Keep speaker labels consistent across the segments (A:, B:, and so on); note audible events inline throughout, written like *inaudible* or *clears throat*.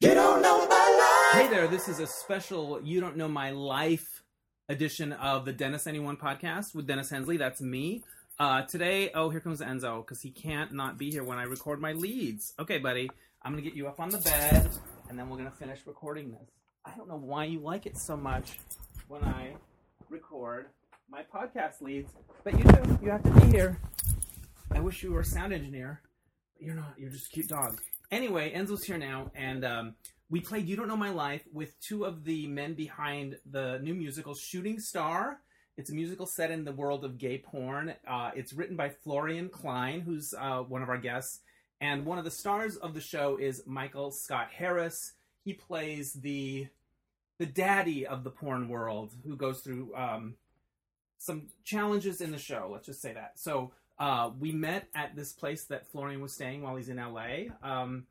A: You don't know my life.
B: Hey there, this is a special You Don't Know My Life edition of the Dennis Anyone podcast with Dennis Hensley. That's me. Uh, today, oh, here comes Enzo because he can't not be here when I record my leads. Okay, buddy, I'm going to get you up on the bed and then we're going to finish recording this. I don't know why you like it so much when I record my podcast leads, but you do. You have to be here. I wish you were a sound engineer, but you're not. You're just a cute dog. Anyway, Enzo's here now, and um, we played You Don't Know My Life with two of the men behind the new musical Shooting Star. It's a musical set in the world of gay porn. Uh, it's written by Florian Klein, who's uh, one of our guests. And one of the stars of the show is Michael Scott Harris. He plays the the daddy of the porn world who goes through um, some challenges in the show. Let's just say that. So uh, we met at this place that Florian was staying while he's in LA, um,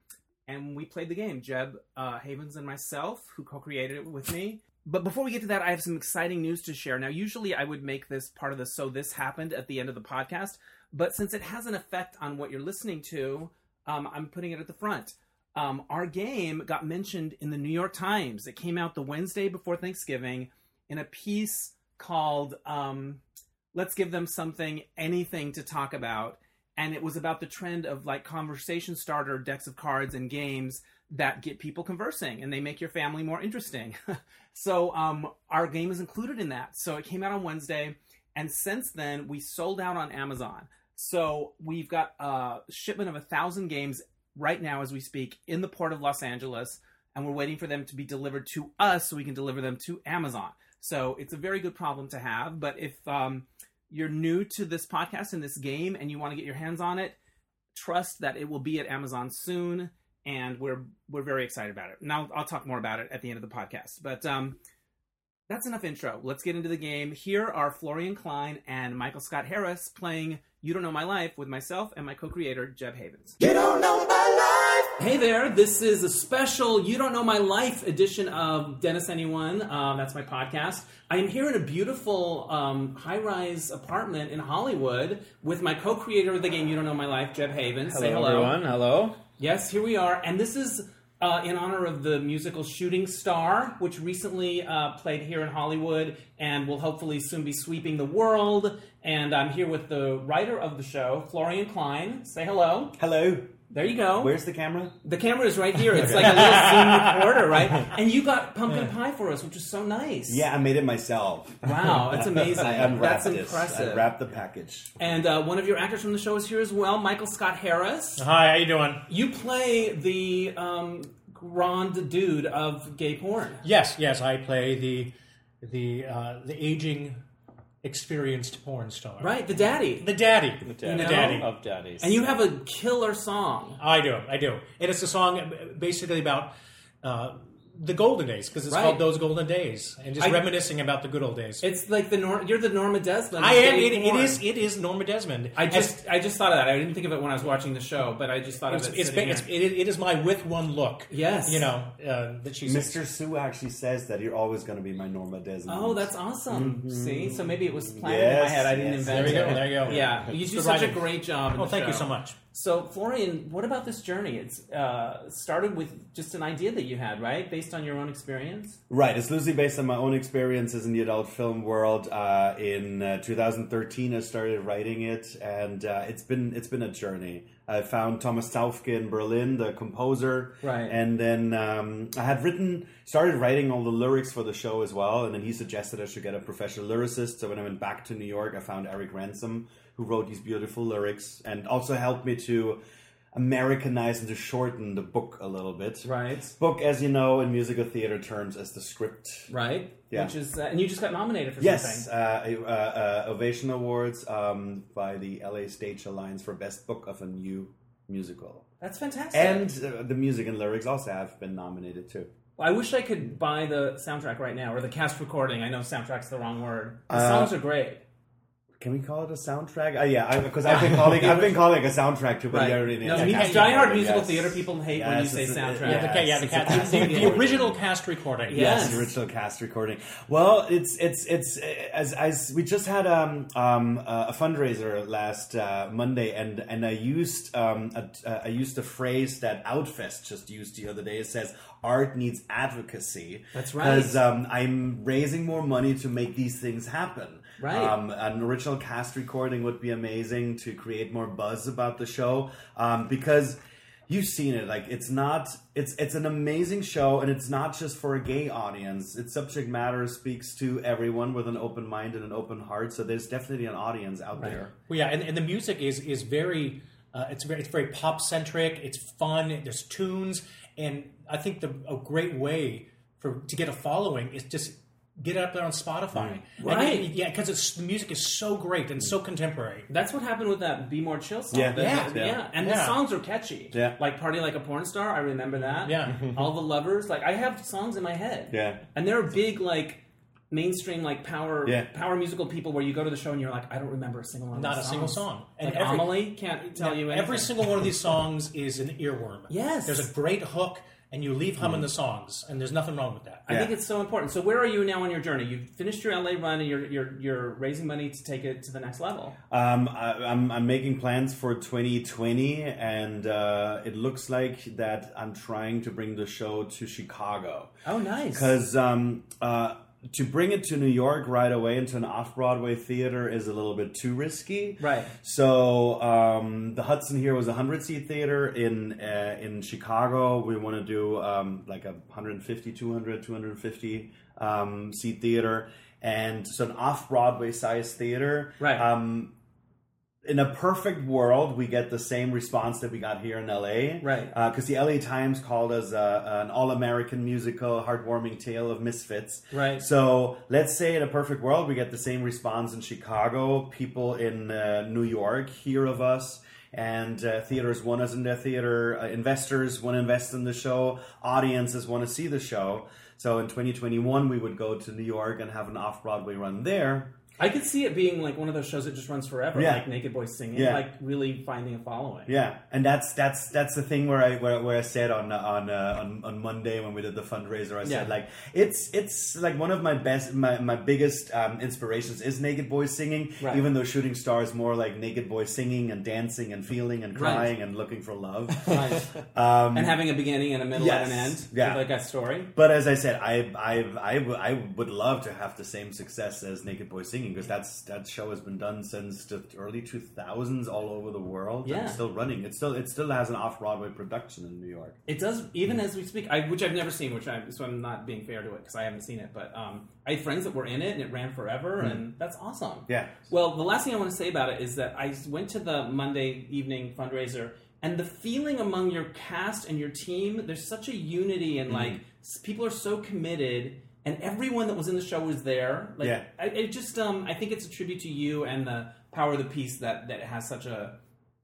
B: and we played the game. Jeb uh, Havens and myself, who co-created it with me. But before we get to that, I have some exciting news to share. Now, usually I would make this part of the "So This Happened" at the end of the podcast, but since it has an effect on what you're listening to, um, I'm putting it at the front. Um, our game got mentioned in the New York Times. It came out the Wednesday before Thanksgiving in a piece called um, Let's Give Them Something, Anything to Talk About. And it was about the trend of like conversation starter decks of cards and games that get people conversing and they make your family more interesting. *laughs* so um, our game is included in that. So it came out on Wednesday. And since then, we sold out on Amazon. So we've got a shipment of a thousand games right now as we speak in the port of Los Angeles, and we're waiting for them to be delivered to us so we can deliver them to Amazon. So it's a very good problem to have. But if um, you're new to this podcast and this game and you want to get your hands on it, trust that it will be at Amazon soon, and we're we're very excited about it. Now I'll, I'll talk more about it at the end of the podcast, but. Um, that's enough intro. Let's get into the game. Here are Florian Klein and Michael Scott Harris playing You Don't Know My Life with myself and my co creator, Jeb Havens.
A: You don't know my life.
B: Hey there, this is a special You Don't Know My Life edition of Dennis Anyone. Um, that's my podcast. I am here in a beautiful um, high rise apartment in Hollywood with my co creator of the game You Don't Know My Life, Jeb Havens. Say hello.
C: everyone. Hello.
B: Yes, here we are. And this is uh, in honor of the musical Shooting Star, which recently uh, played here in Hollywood and will hopefully soon be sweeping the world. And I'm here with the writer of the show, Florian Klein. Say hello.
D: Hello.
B: There you go.
D: Where's the camera?
B: The camera is right here. It's like a
E: *laughs*
B: little Zoom recorder, right? And you got pumpkin pie for us, which is so nice.
D: Yeah, I made it myself.
B: Wow,
E: *laughs*
B: that's amazing.
D: I unwrapped
B: that's
D: this.
B: impressive.
D: I wrapped the package.
B: and uh, one of your actors from the show is here as well, Michael Scott Harris.
C: Hi, how you doing?
B: You play the um, grand dude of gay porn.
E: Yes, yes, I play the the uh, the aging, experienced porn star.
B: Right, the daddy.
E: The daddy. The
B: know?
E: daddy. Oh.
C: Of daddies.
B: and you have a killer song.
E: I do. I do. And it's a song uh, basically about uh, the golden days because it's
B: Right.
E: called "Those Golden Days" and just
B: I-
E: reminiscing about the good old days.
B: It's like the Nor- you're the Norma Desmond. of
E: I am.
B: gay
E: It, it
B: porn.
E: is. It is Norma Desmond.
B: I just I just thought of that. I didn't think of it when I was watching the show, but I just thought
E: It's,
B: of it.
E: it's,
B: sitting
E: it's,
B: here.
E: it, it is my with one look.
B: Yes.
E: you know uh, that she's
D: Mr. Sue actually says that you're always going to be my Norma Desmond.
B: Oh, that's awesome! See, so maybe it was planned in my
D: Mm-hmm. Yes,
B: head. I didn't
D: yes.
B: invent
E: There you
B: it.
E: go, there you go.
B: Yeah, you
E: It's
B: do
E: the
B: such a
E: writing.
B: great job. in
E: Well,
B: the
E: Oh, thank you
B: show.
E: so much.
B: So, Florian, what about this journey? It's uh, started with just an idea that you had, right, based on your own experience.
D: right. It's loosely based on my own experiences in the adult film world. Uh, in uh, 2013, I started writing it, and uh, it's been it's been a journey. I found Thomas Taufke in Berlin, the composer,
B: Right.
D: and then um, I had written started writing all the lyrics for the show as well, and then he suggested I should get a professional lyricist. So when I went back to New York, I found Eric Ransom, who wrote these beautiful lyrics, and also helped me to. Americanize and to shorten the book a little bit.
B: Right.
D: Book, as you know, in musical theater terms, as the script.
B: Right.
D: Yeah.
B: Which is, uh, and you just got nominated for
D: Yes,
B: something.
D: uh, uh, uh, Ovation Awards um, by the LA Stage Alliance for Best Book of a New Musical.
B: That's fantastic.
D: And uh, the music and lyrics also have been nominated too.
B: I wish I could buy
D: Uh,
B: the soundtrack right now or the cast recording. I know soundtrack's the wrong word. The songs are great.
D: Can we call it a soundtrack? Uh, yeah, because I've been calling I've been calling it a soundtrack too, but
B: Right.
D: yeah, it is.
B: No,
D: Yeah,
B: mu-
D: cast
B: Die Hard
D: recording,
B: musical
D: yes.
B: theater people hate when you
D: Yes,
B: say
D: it's- it-
B: soundtrack.
E: Yeah, the, ca- yeah, the,
D: Yes, it's a
E: cast, the,
D: cast
E: the
D: recording.
E: original cast recording.
B: Yeah.
D: Yes,
B: Yes.
D: the original cast recording. Well, it's it's it's uh, as as we just had um, um, uh, a fundraiser last uh, Monday, and and I used um, a, uh, I used a phrase that Outfest just used the other day. It says art needs advocacy.
B: That's right.
D: Because um, I'm raising more money to make these things happen.
B: Right.
D: Um, an original cast recording would be amazing to create more buzz about the show um, because you've seen it like it's not it's it's an amazing show and it's not just for a gay audience its subject matter speaks to everyone with an open mind and an open heart so there's definitely an audience out there
E: Well, yeah, and, and the music is is very uh, it's very it's very pop centric. It's fun. There's tunes, and I think the a great way for to get a following is just get it up there on Spotify. Like,
B: Right.
E: yeah, because it's the music is so great and so contemporary.
B: That's what happened with that "Be More Chill" song.
D: Yeah.
B: That-
E: Yeah.
B: that- yeah.
D: Yeah.
B: And the
E: Yeah.
B: songs are catchy.
D: Yeah.
B: like "Party Like a Porn Star." I remember that.
E: Yeah.
B: all the lovers. Like I have songs in my head.
D: Mm-hmm. Yeah.
B: and they're big like mainstream like power
D: Yeah.
B: power musical people where you go to the show and you're like, I don't remember a single one. Of
E: Not
B: those
E: a single
B: songs.
E: song. And
B: like
E: every-
B: Amelie can't tell you anything.
E: Every single one of these songs is an earworm.
B: Yes. Mm-hmm.
E: there's a great hook, and you leave humming the songs, and there's nothing wrong with that.
B: I think
D: Yeah.
B: it's so important. So where are you now on your journey? You've finished your LA run and you're you're you're raising money to take it to the next level.
D: Um, I, I'm, I'm making plans for 2020, and uh, it looks like that I'm trying to bring the show to Chicago.
B: Oh, nice.
D: Because um, uh, to bring it to New York right away into an off Broadway theater is a little bit too risky.
B: Right.
D: So um, the Hudson here was a 100 seat theater in uh, in Chicago. We want to do um, like a 150, 200, 250 um, seat theater. And so an off Broadway size theater.
B: Right.
D: Um, in a perfect world, we get the same response that we got here in LA.
B: Right.
D: Because the LA Times called us uh, an all American musical, heartwarming tale of misfits.
B: Right.
D: So let's say in a perfect world, we get the same response in Chicago. People in uh, New York hear of us. And uh, theaters want us in their theater. Uh, investors want to invest in the show. Audiences want to see the show. So in 2021, we would go to New York and have an off Broadway run there.
B: I could see it being like one of those shows that just runs forever,
D: Yeah.
B: like Naked Boys singing,
D: Yeah.
B: like really finding a following.
D: Yeah, and that's that's that's the thing where I where, where I said on on, uh, on on Monday when we did the fundraiser, I
B: Yeah.
D: said like it's it's like one of my best my, my biggest um, inspirations is Naked Boys singing,
B: Right.
D: even though Shooting Star is more like Naked Boys singing and dancing and feeling and
B: Right.
D: crying and looking for
B: *laughs*
D: love.
B: Right. and having a beginning and a middle
D: yes.
B: and an end,
D: Yeah.
B: with, like a story.
D: But as I said, I I I, w- I would love to have the same success as Naked Boy Singing because that's that show has been done since the early two thousands all over the world.
B: Yeah.
D: and still running. It still it still has an off Broadway production in New York.
B: It does, even as we speak, I, which I've never seen, which I so I'm not being fair to it because I haven't seen it. But um, I had friends that were in it, and it ran forever, and that's awesome.
D: Yeah.
B: Well, the last thing I want to say about it is that I went to the Monday evening fundraiser, and the feeling among your cast and your team, there's such a unity,
D: Mm-hmm.
B: and like s- people are so committed, and everyone that was in the show was there. Like,
D: Yeah.
B: I, it just, um, I think it's a tribute to you and the power of the piece that that it has such a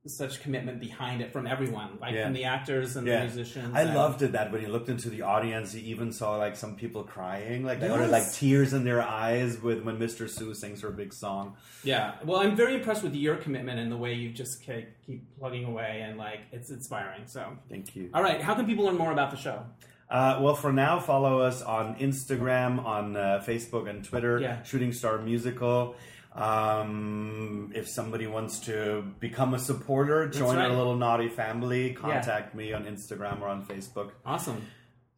B: such commitment behind it from everyone, like
D: Yeah.
B: from the actors and the musicians.
D: I
B: and-
D: loved it that when you looked into the audience, you even saw like some people crying, like they
B: Yes.
D: had like tears in their eyes with when Mr. Sue sings her big song.
B: Yeah, well, I'm very impressed with your commitment and the way you just ke- keep plugging away, and like it's inspiring. So,
D: Thank you.
B: all right, how can people learn more about the show?
D: Uh, well, for now, follow us on Instagram, on uh, Facebook, and Twitter.
B: Yeah.
D: Shooting Star Musical. Um, if somebody wants to become a supporter, join
B: right.
D: our little naughty family. Contact me on Instagram or on Facebook.
B: Awesome,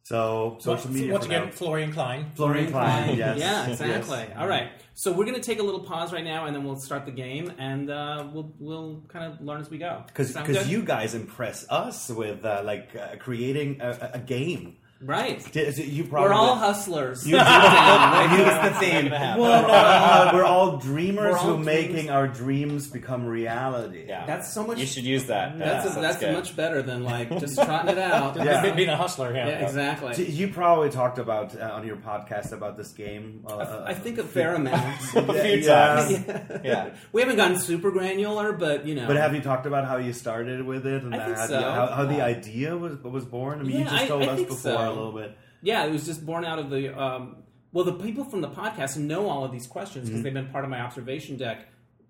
D: So social media.
E: Once
D: for
E: again,
D: now.
E: Florian Klein.
D: Florian Klein. Yes.
B: yeah,
D: Yes.
B: exactly. All right, so we're gonna take a little pause right now, and then we'll start the game, and uh, we'll we'll kind of learn as we go.
D: because
B: Sound
D: because
B: good?
D: you guys impress us with uh, like uh, creating a, a- a game.
B: right,
D: D- is it- You probably
B: we're all hustlers.
D: You- Use the theme. Well, uh, we're all dreamers
B: We're all
D: who making
B: dreamers.
D: our dreams become reality.
C: Yeah.
B: *laughs* That's so much-
C: You should use that.
B: that's
C: yeah,
B: a, that's
C: good.
B: much better than like
D: *laughs*
B: just trotting it out.
D: Yeah.
E: Be- *laughs* Being a hustler,
B: *laughs*
E: yeah.
B: Yeah, exactly.
D: D- You probably talked about uh, on your podcast about this game. Uh,
B: I think a fair amount.
D: *laughs*
C: a few
D: Yeah.
C: times.
B: Yeah.
C: Yeah.
B: *laughs* We haven't gotten super granular, but you know.
D: But have you talked about how you started with it and
B: I think
D: how,
B: so.
D: the, how, how the idea was was born? I mean,
B: Yeah,
D: you just
B: I-
D: told
B: I
D: us
B: think
D: before
B: so.
D: a little bit.
B: yeah, it was just born out of the. Um, well, the people from the podcast know all of these questions because they've been part of my observation deck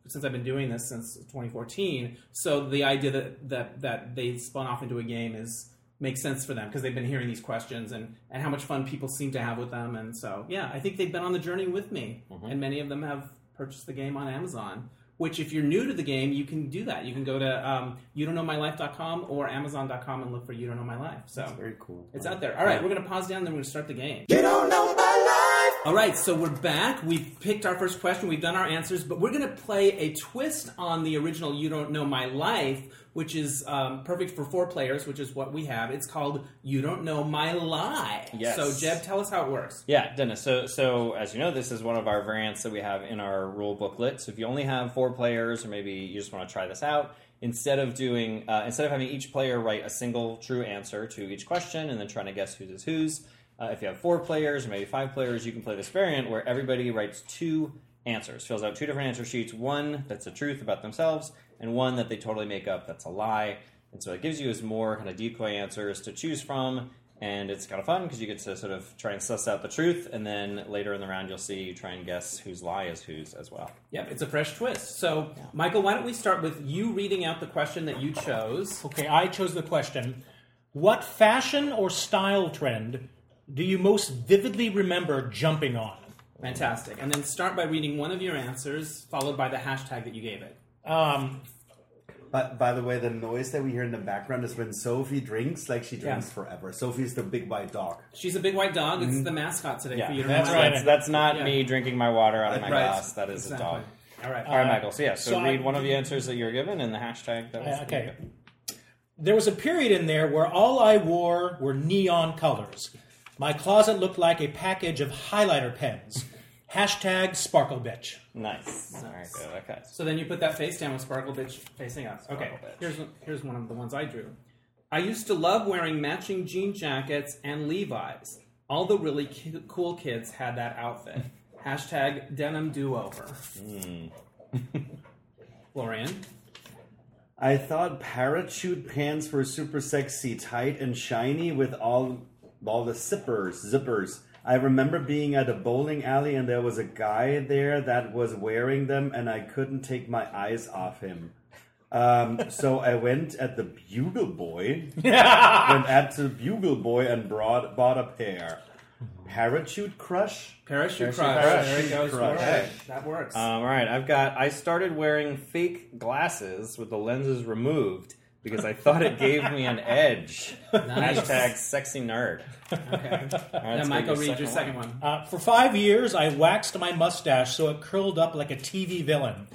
B: since I've been doing this since 2014. So the idea that that that they spun off into a game is makes sense for them because they've been hearing these questions and and how much fun people seem to have with them. And so yeah, I think they've been on the journey with me, and many of them have purchased the game on Amazon. Which, if you're new to the game, you can do that. You can go to um, you don't know my life.com or amazon.com and look for you don't know my life. So
D: Very cool.
B: it's out there. All right, we're going to pause down, then we're going to start the game.
A: You don't know my life.
B: All right, so we're back. We've picked our first question, we've done our answers, but we're going to play a twist on the original You Don't Know My Life, which is um, perfect for four players, which is what we have. It's called You Don't Know My Lie.
C: Yes.
B: So, Jeb, tell us how it works.
C: *laughs* Yeah, Dennis. So, so as you know, this is one of our variants that we have in our rule booklet. So, if you only have four players, or maybe you just want to try this out, instead of doing, uh, instead of having each player write a single true answer to each question and then trying to guess whose is whose, uh, if you have four players or maybe five players, you can play this variant where everybody writes two answers, fills out two different answer sheets, one that's the truth about themselves, and one that they totally make up that's a lie. And so, what it gives you is more kind of decoy answers to choose from and it's kind of fun because you get to sort of try and suss out the truth, and then later in the round you'll see you try and guess whose lie is whose as well.
B: Yep, it's a fresh twist. So, Michael, why don't we start with you reading out the question that you chose?
E: Okay, I chose the question. What fashion or style trend do you most vividly remember jumping on?
B: Fantastic. And then start by reading one of your answers, followed by the hashtag that you gave it.
E: Um,
D: But by the way, the noise that we hear in the background is when Sophie drinks, like she drinks
B: Yeah.
D: forever. Sophie's the big white dog.
B: She's a big white dog. It's the mascot today for You Don't
E: that's
B: Know My
E: right.
B: Life.
C: That's, that's not
B: Yeah.
C: me drinking my water out of my
D: Right.
C: glass. That is
B: Exactly.
C: a dog.
B: All right.
C: All right, Michael. So yeah, so,
E: so
C: read
E: I-
C: one of the answers that you were given and the hashtag. That was
E: Uh, okay. There was a period in there where all I wore were neon colors. My closet looked like a package of highlighter pens. Hashtag sparkle bitch.
C: Nice. All right, good. Okay.
B: So then you put that face down with Sparkle Bitch facing up. Okay,
C: Sparkle Bitch.
B: here's one- here's one of the ones I drew. I used to love wearing matching jean jackets and Levi's. All the really cu- cool kids had that
C: *laughs*
B: outfit. Hashtag denim do over.
C: Hmm.
B: Florian,
D: I thought parachute pants were super sexy, tight and shiny with all all the zippers, zippers. I remember being at a bowling alley and there was a guy there that was wearing them and I couldn't take my eyes off him. Um, so I went at the Bugle Boy, went at the Bugle Boy and brought bought a pair. Parachute crush?
B: parachute,
C: Parachute
B: crush.
C: crush.
B: There it goes.
D: Crush.
B: All right, That works.
C: Um, all right, I've got. I started wearing fake glasses with the lenses removed because I thought it gave me an edge.
B: Nice.
C: *laughs* Hashtag sexy nerd.
B: Okay.
C: All right,
B: Now,
C: let's go to
B: Michael,
C: your
B: read your
C: one.
B: second one.
E: Uh, for five years, I waxed my mustache so it curled up like a TV villain.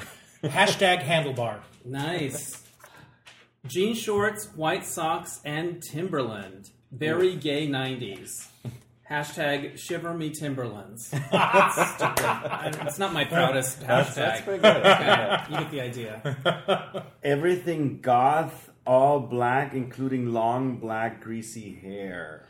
E: Hashtag handlebar.
B: Nice. Jean shorts, white socks, and Timberland. Very gay 90s. Hashtag shiver me
C: *laughs*
B: Timberlands. Stupid. I- it's not my proudest hashtag.
C: That's pretty good. That's pretty good.
B: you get the idea.
D: Everything goth, all black, including long black greasy hair.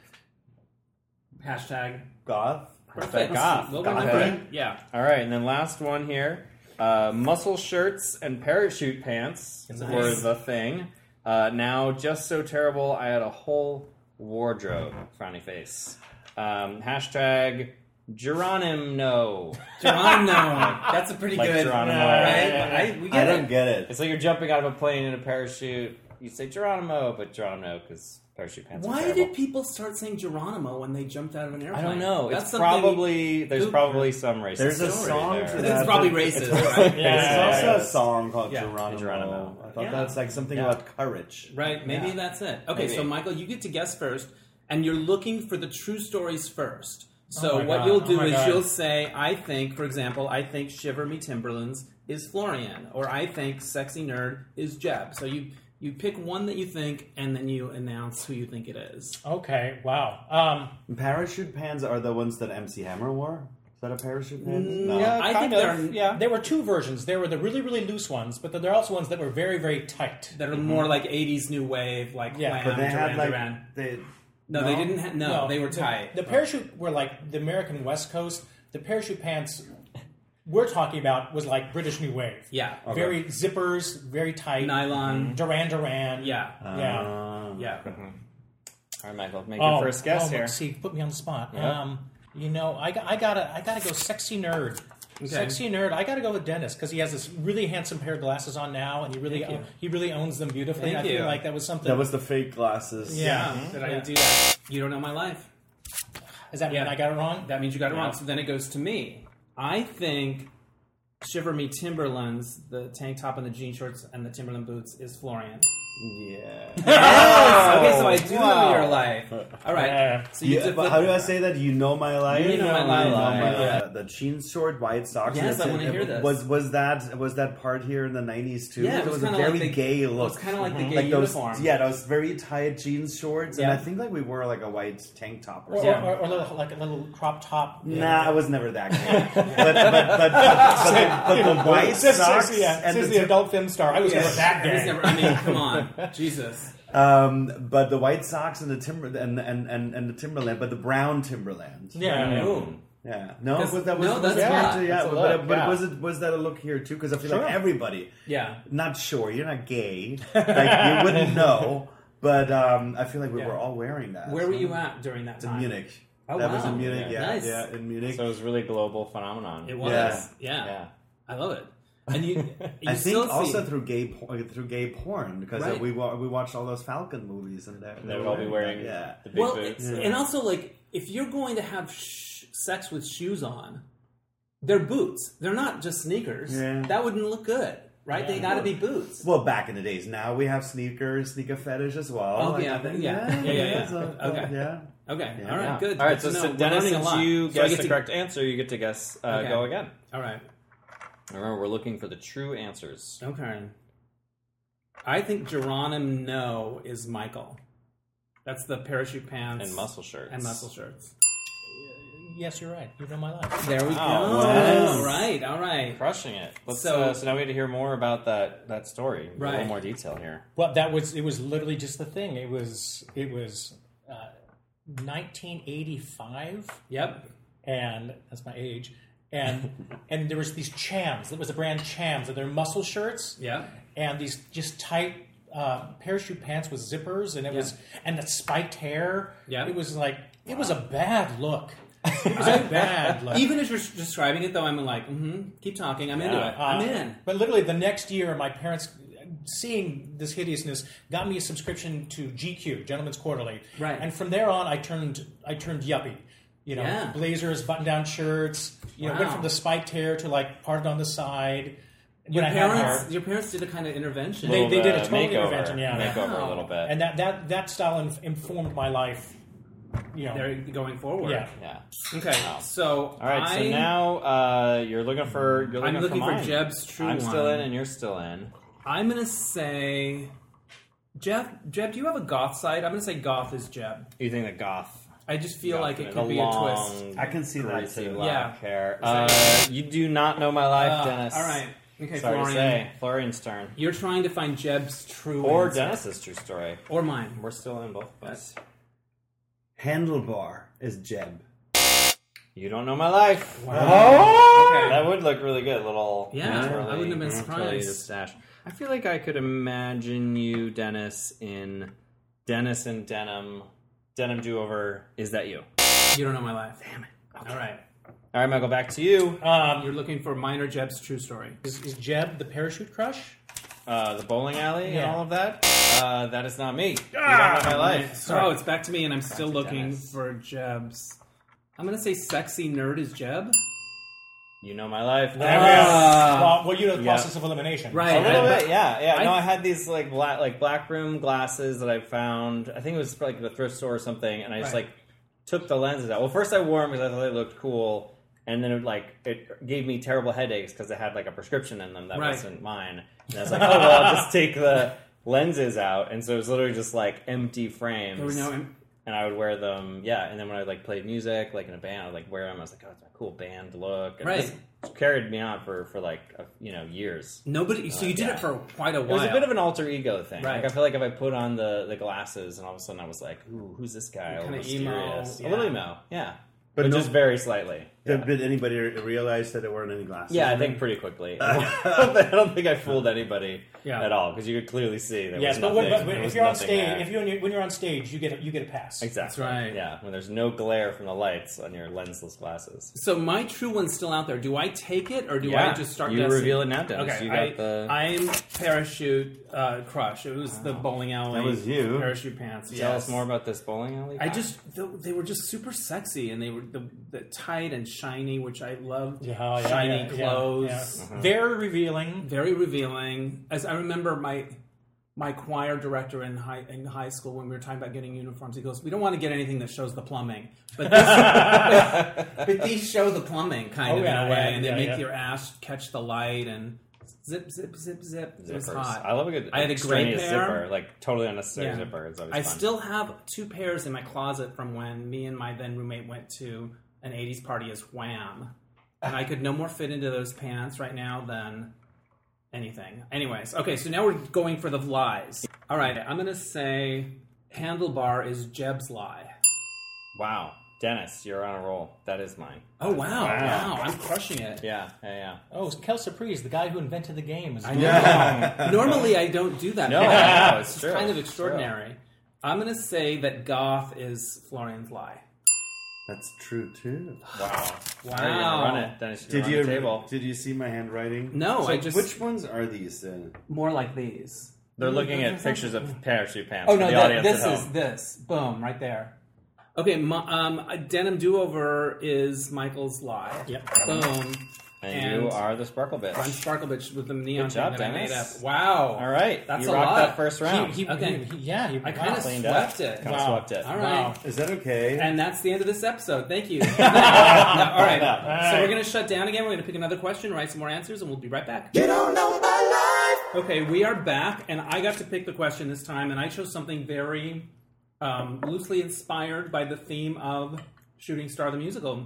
B: Hashtag
D: Goth?
B: perfect.
C: goth.
B: We'll
C: Goth.
B: remember it. Yeah.
C: All right, and then last one here. Uh, muscle shirts and parachute pants were
B: Nice.
C: the thing. Uh, now, just so terrible, I had a whole wardrobe. Frowny face. Um, hashtag Geronimo.
B: Geronimo. That's a pretty
C: Like
B: good.
C: Geronimo.
B: Right?
C: Yeah, yeah,
B: I, we
D: I
B: get
D: don't
B: it.
D: get it.
C: It's like you're jumping out of a plane in a parachute. You say Geronimo, but Geronimo because parachute pants. are
B: Why
C: terrible.
B: did people start saying Geronimo when they jumped out of an airplane?
C: I don't know.
B: That's
C: it's
B: something-
C: probably there's
B: Who-
C: probably some racist.
D: There's a
C: story
D: song
C: there.
D: to
B: It's
D: that.
B: probably
D: It's-
B: racist, right?
C: *laughs* Yeah,
D: There's
C: yeah,
D: also
C: yeah.
D: a song called
B: Yeah.
D: Geronimo.
C: Geronimo.
D: I thought
B: Yeah.
D: that's like something
C: Yeah.
D: about courage.
B: Right, maybe
C: Yeah.
B: that's it. Okay, so
C: Maybe.
B: Michael, you get to guess first, and you're looking for the true stories first. So
E: Oh my
B: what
E: God,
B: you'll
E: oh
B: do
E: my
B: is
E: God.
B: you'll say, I think, for example, I think Shiver Me Timberlands is Florian, or I think Sexy Nerd is Jeb. So you you pick one that you think, and then you announce who you think it is.
E: Okay, wow. Um,
D: Parachute pants are the ones that MC Hammer wore. Is that a parachute pants? No.
C: Yeah,
B: I
C: kind
B: think
C: of.
B: there are-
C: yeah.
E: there were two versions. There were the really, really loose ones, but then there are also ones that were very, very tight.
B: That are more like '80s new wave, like
E: Mm-hmm. Yeah,
B: Wham,
D: But they
B: Duran
D: had like
B: Duran.
D: they.
B: No, they didn't. Ha- no, they were
E: the-
B: tight.
E: The, parachute were like the American West Coast. The parachute pants we're talking about was like British New Wave.
B: yeah,
E: Very zippers, very tight.
B: nylon.
E: Duran Duran.
B: Yeah,
E: Yeah.
D: Uh,
B: yeah.
C: All right, Michael, make your first guess
E: oh,
C: here.
E: See, put me on the spot.
C: Yeah.
E: Um, You know, I, got- I gotta I gotta go sexy nerd. Sexy nerd. I gotta go with Dennis because he has this really handsome pair of glasses on now, and he really
B: Thank you.
E: he really owns them beautifully.
B: Thank
E: I feel
B: you.
E: like that was something.
D: That was the fake glasses.
E: yeah.
B: Did I
E: Yeah.
B: do that? You don't know my life.
E: Does that
B: Yeah.
E: mean I got it wrong?
B: That means you got it wrong. So then it goes to me. I think Shiver Me Timberlands, the tank top and the jean shorts and the Timberland boots is
E: *laughs*
B: Florian.
E: Oh,
D: Yeah.
B: okay, so I do
C: wow.
B: know your life. All right.
E: Yeah.
B: So you
D: Yeah,
B: did
D: but
B: the-
D: how do I
B: *laughs*
D: say that? You know my life.
B: You know my life. Yeah.
D: The jean short, white socks.
B: Yes,
D: that's
B: I wanna
D: it.
B: hear this.
D: Was was that was that part here in the nineties too?
B: Yeah,
D: it
B: it was
D: was, a
B: kinda
D: very
B: like the-
D: gay
B: it was
D: look.
B: kinda like the
D: Mhm.
B: gay
D: those,
B: uniform.
D: Yeah, those very tight jean shorts,
B: Yeah.
D: and I think like we wore like a white tank top or
E: Or,
D: something.
B: Yeah.
E: or, or, a little, like a little crop top.
D: Nah, I was never that
B: *laughs*
D: gay. but, but, but, but, but, but the white
E: Since-
D: socks
E: since, yeah,
D: and
E: since
D: the,
E: the, adult film star, I was
D: Yeah.
E: never that
B: I was
E: gay.
B: never- I mean, come
E: *laughs*
B: on, Jesus.
D: um, but the white socks and the timber and and and, and the Timberland, but the brown Timberland.
E: yeah,
B: Ooh.
D: Yeah. No,
B: Because-
D: was that was
B: no, that's
D: was
B: a
D: that-
B: lot.
D: yeah,
C: That's a
D: but,
C: lot,
D: but
C: yeah.
D: was it was that a look here too? Because I feel
E: Sure.
D: like everybody.
B: Yeah.
D: Not sure. You're not gay. Like you wouldn't
B: *laughs*
D: know. But um, I feel like we
E: Yeah.
D: were all wearing that.
B: Where were you at during that
D: In
B: time?
D: Munich.
B: Oh,
D: that was
B: wow.
D: in Munich.
B: Yeah.
D: Yeah,
B: Nice.
D: yeah, in Munich.
C: So it was really a global phenomenon.
B: It was. Yeah.
D: Yeah.
C: Yeah.
B: I love it. And you, you
D: *laughs* I
B: still
D: think also
B: see,
D: through gay por- through gay porn because uh
B: Right.
D: we wa- we watched all those Falcon movies and they,
C: They would all be wearing
D: yeah.
C: the big
B: well,
C: boots.
B: it's- and also like if you're going to have sh- sex with shoes on, they're boots. They're not just sneakers.
D: Yeah.
B: That wouldn't look good, right? They got to be boots.
D: Well, back in the days. Now we have sneakers, sneaker fetish as well.
B: Oh,
D: Like,
B: yeah,
D: I think-
B: yeah. Yeah, yeah, yeah.
D: so-
B: Okay.
D: yeah.
B: okay,
D: Yeah.
B: all right,
C: Yeah.
B: good.
C: All right,
B: Good
C: so,
B: to
C: so
B: know. We're
C: Dennis,
B: learning a
C: since
B: lot. So
C: you
B: I
C: guessed
B: get
C: the
B: to-
C: correct answer, you get to guess. Uh,
B: Okay.
C: Go again.
B: All right,
C: Remember, we're looking for the true answers.
B: okay. I think Geronimo No is Michael. That's the parachute pants
C: And muscle shirts.
B: and muscle shirts.
E: Yes, you're right. You know my life.
B: There we
C: Oh, Wow.
B: go.
D: Yes.
B: All right, all right.
C: Crushing it. Let's,
B: So-
C: so, uh, so now we need to hear more about that, that story. A
B: Right.
C: little more detail here.
E: Well, that was it. Was literally just the thing. It was it was uh, 1985,
B: Yep.
E: and that's my age. And and there was these Chams. It was the brand Chams, and they're muscle shirts.
B: Yeah.
E: and these just tight uh, parachute pants with zippers, and it was and the spiked hair.
B: Yeah.
E: it was like it was a bad
B: *laughs*
E: look. It was a bad look.
B: Even as you're s- describing it, though, I'm like, mm-hmm, keep talking. I'm into
C: Yeah.
B: it.
E: Uh,
B: I'm in.
E: But literally the next year, my parents, seeing this hideousness, got me a subscription to GQ, Gentleman's Quarterly.
B: Right.
E: And from there on, I turned I turned yuppie. You know,
B: Yeah.
E: blazers, button-down shirts. You know,
B: Wow.
E: went from the spiked hair to like parted on the side. When I had hair.
B: Parents, your parents did a kind of intervention.
E: They- they
C: Little,
E: did a
C: uh,
E: total
C: makeover,
E: intervention, yeah.
C: Makeover
B: Wow.
C: a little bit.
E: and that that that style in, informed my life. You know,
B: They're going forward.
E: yeah.
C: yeah.
B: Okay.
C: Wow.
B: So
C: All right,
B: I,
C: so now uh, you're looking for. You're
B: I'm looking
C: looking
B: for
C: mine.
B: Jeb's true
C: I'm still
B: one.
C: in, and you're still in.
B: I'm gonna say, Jeff. Jeb, do you have a goth side? I'm gonna say goth is Jeb.
C: You think the goth?
B: I just feel like it
C: the
B: could be
C: long,
B: a twist.
D: I can see that
C: greasy
D: too.
C: black
B: Yeah.
C: hair.
B: Is
C: Uh, you do not know my life,
B: Uh,
C: Dennis.
B: All right. Okay,
C: Sorry
B: Florian.
C: to say, Florian's turn
B: You're trying to find Jeb's true
C: or
B: answer.
C: Dennis's true story.
B: or mine.
C: We're still in both of us.
D: Handlebar is Jeb.
C: You don't know my life. Oh!
B: Okay.
C: That would look really good, little
B: Yeah, I
C: twirly-
B: wouldn't have been
C: twirly
B: surprised.
C: Stash. I feel like I could imagine you, Dennis, in Dennis and Denim, Denim Do Over. Is that you?
B: You don't know my life. Damn it. All right.
C: All right, Michael, back to you.
E: Um,
B: You're looking for minor Jeb's true story.
E: is, is Jeb the parachute crush?
C: Uh, the bowling alley and
E: Yeah.
C: all of that. Uh, that is not me. You don't
B: Ah!
C: know my life.
B: So Oh, it's back to me, and I'm still
C: to
B: looking
C: Dennis.
B: for Jeb's. I'm gonna say sexy nerd is Jeb.
C: You know my life.
E: There we are. Uh, well, well, you know the
C: Yeah.
E: process of elimination,
B: Right.
C: A little
B: I-
C: bit, yeah, yeah.
B: I-
C: no, I had these like black, like black room glasses that I found. I think it was like the thrift store or something, and I just
B: Right.
C: like took the lenses out. Well, first I wore them because I thought they looked cool, and then it like it gave me terrible headaches because they had like a prescription in them that
B: Right.
C: wasn't mine. And I was like, oh well, I'll just take the lenses out, and so it was literally just like empty frames.
B: There were no em-
C: and I would wear them, yeah. And then when I like played music, like in a band, I would like wear them. I was like, oh, it's my cool band look. And
B: Right.
C: This carried me on for for like a, you know years.
B: Nobody. So you did
C: Uh, yeah.
B: it for quite a
C: It
B: while.
C: was a bit of an alter ego thing.
B: Right.
C: Like I feel like if I put on the, the glasses and all of a sudden I was like, "Ooh, who's this guy?"
B: Kinda
C: Or
B: emo,
C: mysterious.
B: yeah.
C: A little emo, yeah, but,
D: But no-
C: just very slightly.
D: Did, did anybody realize that there weren't any glasses? *laughs*
C: Yeah, I think pretty quickly. *laughs* I don't think I fooled anybody
E: Yeah.
C: at all because you could clearly see there
E: Yes,
C: was
E: but,
C: nothing.
E: when, but
C: there
E: when, if
C: was
E: you're on
C: nothing
E: stage,
C: there.
E: if you when you're, when you're on stage, you get a, you get a pass.
C: exactly
B: That's right.
C: yeah, when there's no glare from the lights on your lensless glasses.
B: So my true one's still out there. Do I take it or do
C: yeah,
B: I just start?
C: You
B: guessing?
C: reveal it now, Dennis.
B: Okay,
C: you got
B: I,
C: the.
B: I'm parachute uh, crush. It was the bowling alley.
D: That was you.
B: Parachute pants.
C: Tell
B: yes.
C: us more about this bowling alley.
B: I
C: *laughs*
B: just *laughs* th- they were just super sexy and they were the, the tight and shiny, which I loved.
E: Yeah,
C: oh,
E: yeah,
B: shiny
E: yeah, yeah,
B: clothes,
E: yeah. Very revealing.
B: very revealing. As I remember my my choir director in high in high school when we were talking about getting uniforms, he goes, "We don't want to get anything that shows the plumbing, but
E: *laughs*
B: this, but these show the plumbing kind
E: Oh,
B: of
E: yeah,
B: in a way,
E: yeah,
B: and they
E: yeah,
B: make
E: yeah.
B: your ass catch the light and zip zip zip zip. It was
C: Zippers.
B: hot.
C: I love a good.
B: I had a great
C: extraneous
B: pair.
C: zipper, like totally unnecessary
B: Yeah.
C: zipper. It's always
B: I
C: fun.
B: still have two pairs in my closet from when me and my then roommate went to an 80s party as Wham. And I could no more fit into those pants right now than anything. Anyways, okay, so now we're going for the lies. All right, I'm going to say handlebar is Jeb's lie.
C: Wow, Dennis, you're on a roll. That is mine.
B: Oh, wow, wow,
D: Wow.
B: I'm crushing it.
C: Yeah, yeah,
E: Oh, Kel Surprise, the guy who invented the game, is
B: I
C: yeah.
B: Normally, I don't do that.
C: No,
B: but
C: I know, it's
B: it's
C: true,
B: kind of
C: it's true.
B: extraordinary. I'm going to say that goth is Florian's lie.
D: That's true too.
C: wow.
B: Wow.
C: Alright, you're gonna run it, Dennis. You're
D: Did
C: on
D: you
C: the table?
D: did you see my handwriting?
B: No,
D: So
B: I just
D: Which ones are these? Then?
B: more like these.
C: They're looking at pictures of parachute pants.
B: Oh
C: for
B: no,
C: the
B: that,
C: audience
B: this
C: at
B: is
C: home.
B: this. Boom, right there. Okay, my, um, a denim do over is Michael's lie.
E: Yep.
B: Boom.
C: And you
B: and-
C: are the sparkle bitch.
B: I'm Sparkle Bitch with the neon
C: Good job,
B: thing that I made
C: Dennis.
B: up. Wow.
C: All right,
B: That's
C: you
B: a
C: rocked
B: lot.
C: that first round.
E: He, he,
B: Okay.
E: he- yeah, he,
B: I kind
E: wow. *laughs*
B: of
C: cleaned
B: swept
C: up.
B: it.
C: Kinda
E: Wow.
C: swept it.
B: All right.
E: Wow.
D: Is that okay?
B: And that's the end of this episode. Thank
C: *laughs*
B: you. No, all right. So
E: right.
B: we're going to shut down again. We're going to pick another question, write some more answers, and we'll be right back.
A: You don't know my life.
B: Okay, we are back, and I got to pick the question this time, and I chose something very um, loosely inspired by the theme of Shooting Star the Musical.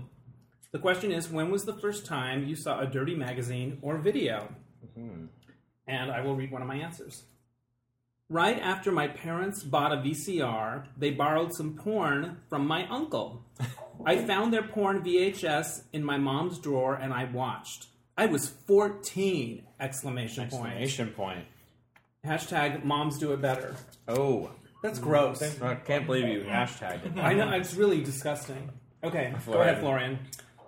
B: The question is When was the first time you saw a dirty magazine or video? And I will read one of my answers. Right after my parents bought a VCR, they borrowed some porn from my uncle. I found their porn VHS in my mom's drawer and I watched. I was 14! Exclamation point.
C: Exclamation point.
B: Hashtag moms do it better.
C: Oh,
B: That's gross.
C: I can't believe you hashtagged it.
B: *laughs* I know it's really disgusting. Okay, go
C: Florian.
B: ahead, Florian.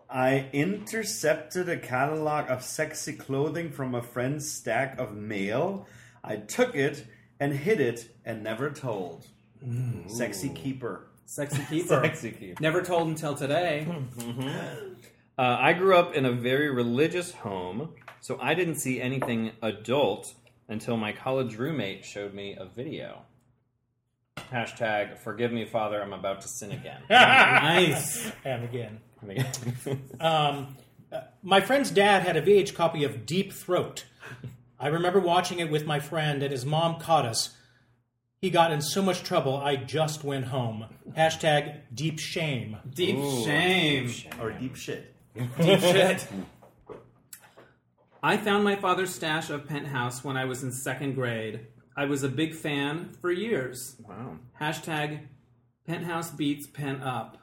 D: I intercepted a catalog of sexy clothing from a friend's stack of mail. I took it and hid it and never told.
B: Mm.
D: Sexy keeper.
B: Sexy keeper.
C: Sexy keeper.
B: Never told until today.
C: Uh, I grew up in a very religious home, so I didn't see anything adult until my college roommate showed me a video. Hashtag forgive me, Father, I'm about to sin *laughs* again.
B: nice.
E: And again,
C: That's
E: um, uh, my friend's dad had a VH copy of Deep Throat. I remember watching it with my friend, and his mom caught us. He got in so much trouble. I just went home. Hashtag deep shame.
B: Deep shame.
D: Or deep shit.
B: Shit. I found my father's stash of Penthouse when I was in second grade. I was a big fan for years. Wow. Hashtag Penthouse beats Pent
E: *laughs*
B: Up.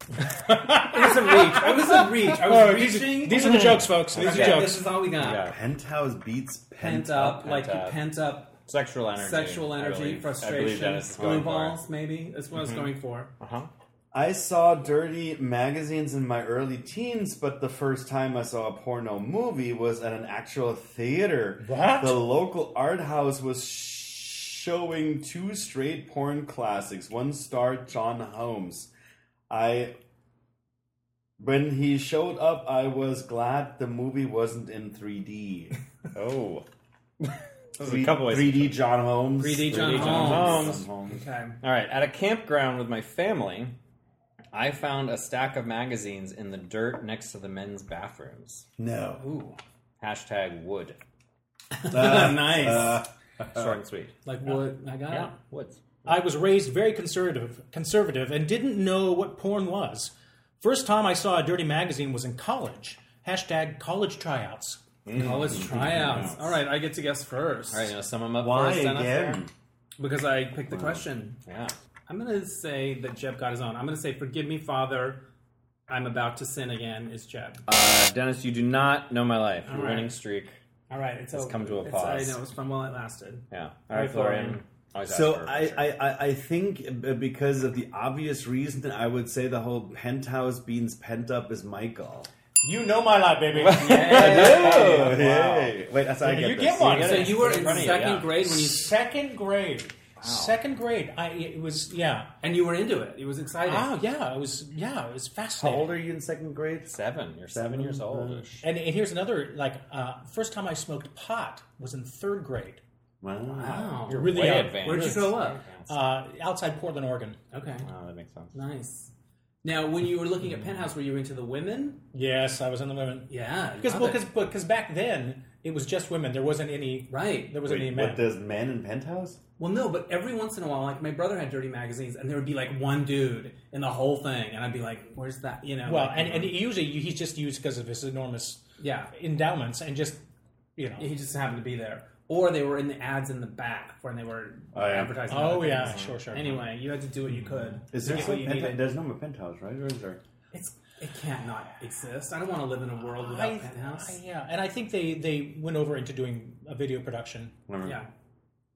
B: it was a reach. I was a reach. I was reaching.
E: Oh, These are the jokes, folks. These are
B: Okay, This
E: jokes.
B: is all we got.
C: Yeah.
D: Penthouse beats pent,
B: Pent up, like
C: pent
B: you
C: up.
B: pent up
C: Sexual energy.
B: sexual
C: I
B: energy,
C: believe- I believe
B: frustration,
C: Dennis is
B: blue
C: going Mm-hmm. for it.
B: balls, maybe. That's what I was going for.
C: Uh-huh. *laughs*
D: I saw dirty magazines in my early teens, but the first time I saw a porno movie was at an actual theater.
E: What?
D: The local art house was showing two straight porn classics. One starred John Holmes. I when he showed up, I was glad the movie wasn't in
C: *laughs*
D: 3D.
C: Oh. There's a
D: Three-
C: couple ways.
D: 3D John Holmes.
B: 3D John
C: 3D John
B: Holmes.
C: Holmes.
B: Okay.
C: All right, at a campground with my family, I found a stack of magazines in the dirt next to the men's bathrooms.
D: No.
B: Ooh.
C: Hashtag wood.
D: Uh,
C: *laughs* Uh,
B: nice.
C: Short and sweet.
B: like what? I got
C: Yeah,
B: it.
C: woods.
E: I was raised very conservative, conservative, and didn't know what porn was. First time I saw a dirty magazine was in college. Hashtag college tryouts.
B: College
C: Mm-hmm.
B: tryouts. All right, I get to guess first
C: All right, you want to sum them up
D: Why
C: for us, Dennis?
D: again?
B: because I picked the question.
C: Yeah.
B: I'm gonna say that Jeb got his own. I'm gonna say, "Forgive me, Father, I'm about to sin again is Jeb.
C: Uh, Dennis, you do not know my life. Your
B: right.
C: winning streak.
B: All right, it's, over.
C: come to a
B: It's-
C: pause.
B: I know it's fun while it lasted.
C: Yeah. All
B: right,
C: right, Florian.
B: Florian.
C: Always
D: So
C: ask for a
D: I,
C: picture.
D: I, I- I think uh, because of the obvious reason, I would say the whole penthouse beans pent up is Michael.
E: You know my
B: *laughs*
E: life, baby.
C: Yeah.
D: Hey. Wait, that's how I
E: You
D: get
E: get
D: this.
E: one.
C: You
B: So
C: get it.
B: you were
C: It's
B: in
C: front of
B: second
C: you, yeah.
B: grade when you
E: Second grade. Second grade. I it was yeah.
B: and you were into it. It was exciting.
C: Ah,
E: Wow, yeah, it was yeah, it was
D: How
E: fascinating.
D: old are you in second grade?
C: Seven. You're seven, years old.
E: And, and here's another like uh, first time I smoked pot was in third grade.
D: Wow.
B: Wow.
C: You're
E: really
C: way
E: young.
C: advanced.
B: Where'd you grow up?
E: Uh, outside Portland, Oregon.
B: Okay,
C: Oh, that makes sense.
B: nice. Now, when you were looking at Penthouse, were you into the women?
E: Yes, I was in the women.
B: Yeah,
E: Because
B: love
E: well,
B: it.
E: because because back then it was just women. There wasn't any
B: right.
E: There wasn't
D: Wait,
E: any
D: what
E: men.
D: does man in penthouse?
B: Well, no, but every once in a while, like my brother had dirty magazines, and there would be like one dude in the whole thing, and I'd be like, "Where's that?" You know.
E: well,
B: like,
E: and, and usually he's just used because of his enormous
B: yeah,
E: endowments and just you know.
B: he just happened to be there, or they were in the ads in the back when they were
D: Oh, yeah.
B: advertising.
E: Oh,
B: other
E: yeah,
B: things.
E: sure, sure.
B: Anyway, you had to do what you could.
D: Is
B: to
D: there
B: get
D: some
B: what you
D: penta-
B: needed.
D: There's no more penthouse, right? Or is there?
B: It's it can't not exist. I don't want to live in a world without
E: I-
B: penthouse.
E: I- yeah, and I think they they went over into doing a video production.
D: Never-
B: yeah.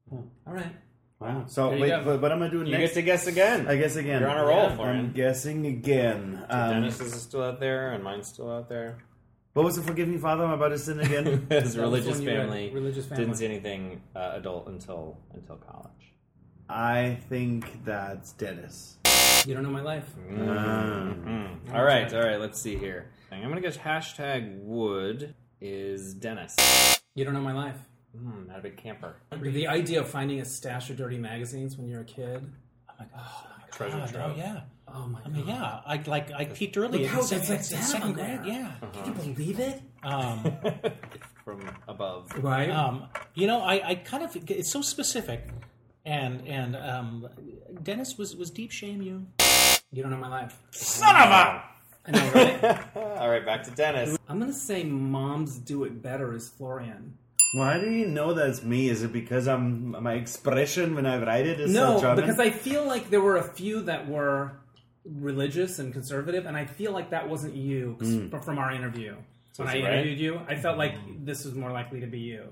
E: Hmm.
B: All right.
D: Wow. So
B: There you
D: wait,
B: go.
D: but what am I doing
C: You
D: next?
C: get to guess again.
D: I guess again.
C: You're on a roll,
D: I'm
C: Florian.
D: guessing again. Um,
C: Dennis is still out there, and mine's still out there. *laughs*
D: what was the forgive me, Father? I'm about to sin again.
C: His
B: That was
C: religious
B: when you read
C: family,
B: religious family.
C: didn't see anything uh, adult until until college.
D: I think that's Dennis.
B: You don't know my life. Mm-hmm.
C: Mm. All right, all right. Let's see here. I'm gonna guess hashtag Wood is Dennis.
B: You don't know my life.
C: Mm, not a big camper.
B: The idea of finding a stash of dirty magazines when you're a kid.
E: Oh my gosh!
C: Treasure
E: God,
C: trove.
E: Oh yeah.
B: Oh my
E: I mean,
B: god.
E: yeah, I like I peeked early.
B: Look
E: in
B: how
E: se-
B: it's like
E: in
B: down
E: second
B: there.
E: grade. Yeah.
B: Can you believe it? *laughs*
E: Um,
C: From above.
B: Right.
E: um, you know, I, I kind of it's so specific, and and um, Dennis was was deep shame you.
B: you don't know my life.
E: Son of a.
B: I know, right?
C: *laughs*
B: *laughs*
C: all right, back to Dennis.
B: I'm gonna say moms do it better is Florian.
D: Why do you know that's me? Is it because I'm my expression when I write it is
B: No,
D: so German?
B: because I feel like there were a few that were religious and conservative, and I feel like that wasn't you 'cause
D: Mm.
B: fr- from our interview. when I
C: it right?
B: interviewed you, I felt like this was more likely to be you.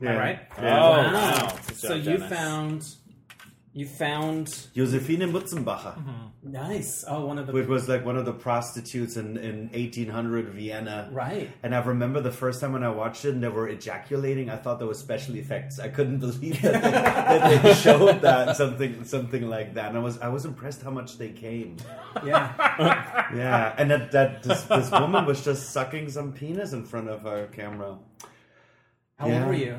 D: Yeah.
B: Am I right?
C: Oh,
D: Yeah.
C: wow. Good
B: So
C: job,
B: you
C: Dennis.
B: found, you found
D: Josephine Mutzenbacher,
B: Mm-hmm. nice. Oh, one of the
D: which was like one of the prostitutes in, in 1800 Vienna.
B: *laughs* right.
D: And I remember the first time when I watched it and they were ejaculating. I thought there was special effects. I couldn't *laughs* believe that they, that
B: *laughs*
D: they showed that something something like that. And I was I was impressed how much they came. *laughs*
B: Yeah,
D: Yeah, and that, that this, this woman was just sucking some penis in front of our camera.
B: how
D: Yeah.
B: old were you?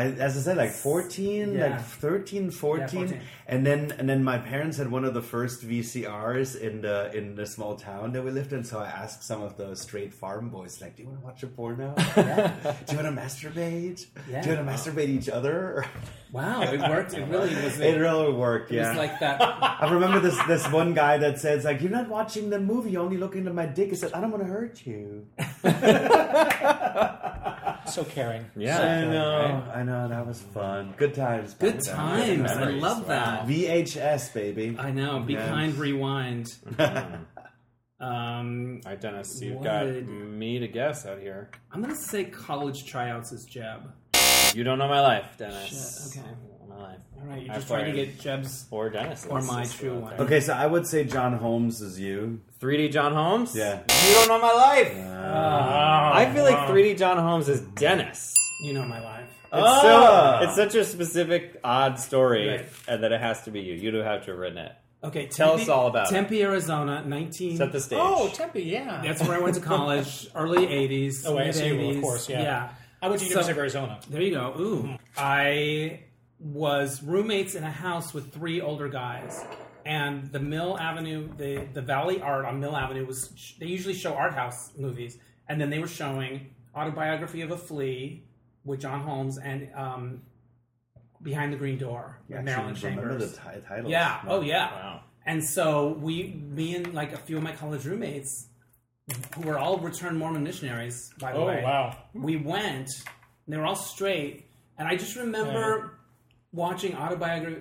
D: I, as I said, like 14,
B: Yeah.
D: like 13, 14.
B: 14.
D: And then, and then my parents had one of the first VCRs in the, in the small town that we lived in. So I asked some of the straight farm boys, like, do you want to watch a
B: *laughs*
D: porno? Yeah. do you want to masturbate?
B: Yeah.
D: Do you want to masturbate each other? *laughs*
B: Wow, it worked. It really was.
D: it really worked.
B: it
D: Yeah.
B: was like that.
D: *laughs* I remember this, this one guy that says like, you're not watching the movie. You're only looking at my dick. He said, I don't want to hurt you.
E: So caring.
C: Yeah,
D: I know. I know. That was fun. Good times. back
B: Good
D: then.
B: times. I
C: memories.
B: love that.
D: VHS, baby.
B: I know. Be
D: Yeah.
B: kind. Rewind. um,
C: All right, Dennis, you've
B: Wood.
C: got me to guess out here.
B: I'm gonna say college tryouts is Jeb.
C: You don't know my life, Dennis.
B: Shit, okay.
C: You don't know my life.
B: All right, you're
C: I
B: just trying to
C: fired.
B: *laughs* get Jeb's.
C: Or Dennis.
B: Or my true one.
D: Okay, so I would say John Holmes is you. Uh,
C: 3D John Holmes?
D: Yeah.
C: You don't know my life.
B: Uh, Ah.
E: Um,
C: I feel
B: Oh,
C: like
E: wow.
C: 3D John Holmes is Dennis.
B: You know my life.
C: It's,
D: Oh.
C: so, it's such a specific, odd story
B: Right.
C: and that it has to be you. You'd have to have written it.
B: Okay,
C: Tell
B: Tempe-
C: us all about it.
B: Tempe, Arizona, 19.
C: Set the stage.
E: Oh, Tempe. Yeah.
B: That's where I went to college, early 80s.
E: Oh,
B: mid-
E: ASU, of
B: 80s.
E: course, yeah.
B: Yeah.
E: I went to
B: So-
E: University of Arizona.
B: There you go. Ooh. I was roommates in a house with three older guys. And the Mill Avenue, the, the Valley Art on Mill Avenue was, they usually show art house movies. And then they were showing Autobiography of a Flea with John Holmes and um, Behind the Green Door with Marilyn
D: Actually, remember
B: Chambers.
D: the ti- title.
B: Yeah. Oh, yeah.
C: Wow.
B: And so we, me and like a few of my college roommates, who were all returned Mormon missionaries, by the
E: Oh
B: way.
E: wow.
B: We went, and they were all straight. And I just remember watching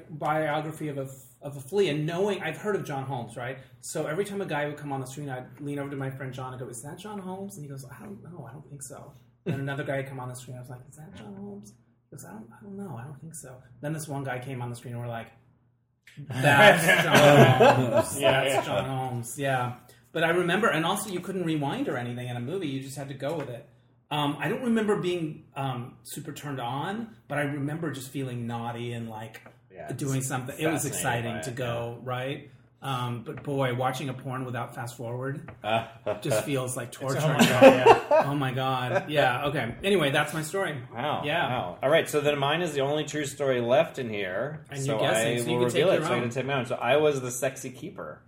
B: autobiography of a of a flea and knowing I've heard of John Holmes, right? So every time a guy would come on the screen, I'd lean over to my friend John and go, "Is that John Holmes?" And he goes, "I don't know. I don't think so." Then another guy would come on the screen. I was like, "Is that John Holmes?" He goes, "I don't, I don't know. I don't think so." Then this one guy came on the screen and we're like, "That's
C: *laughs*
B: John Holmes.
C: Yeah,
B: That's
C: yeah.
B: John Holmes." Yeah. But I remember, and also you couldn't rewind or anything in a movie. You just had to go with it. Um, I don't remember being um, super turned on, but I remember just feeling naughty and like
C: Yeah,
B: doing something. It was
C: fascinated by
B: exciting to
C: it,
B: go right. Um, but boy, watching a porn without fast forward just feels like torture.
E: Oh my God, yeah.
B: *laughs* oh my god! Yeah. Okay. Anyway, that's my story.
C: Wow.
B: Yeah.
C: Wow. All right. So then mine is the only true story left in here.
B: And
C: so
B: you're guessing,
C: I
B: so you
C: will
B: can take
C: reveal it.
B: your
C: So I'm
B: own.
C: going to take my own. So I was the sexy keeper.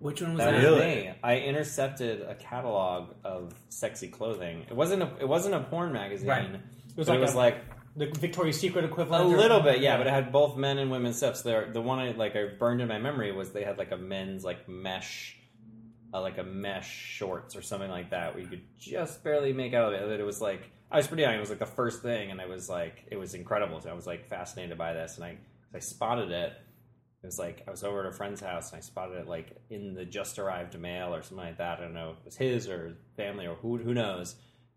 B: Which one was
C: That
B: that?
C: was
D: Really?
C: me. I intercepted a catalog of sexy clothing. It wasn't a. It wasn't a porn magazine.
B: Right.
C: It
E: was
C: was, like,
E: like
C: it was
E: a-
C: like
E: The Victoria's Secret
C: a
E: equivalent. or-
C: little bit, yeah, but it had both men and women's stuff. So there, the one I like I burned in my memory was they had like a men's like mesh, uh, like a mesh shorts or something like that, where you could just barely make out of it. That it was like I was pretty young. It was like the first thing, and it was like it was incredible. So I was like fascinated by this, and I I spotted it. It was like I was over at a friend's house and I spotted it like in the just arrived mail or something like that. I don't know if it was his or his family or who who knows.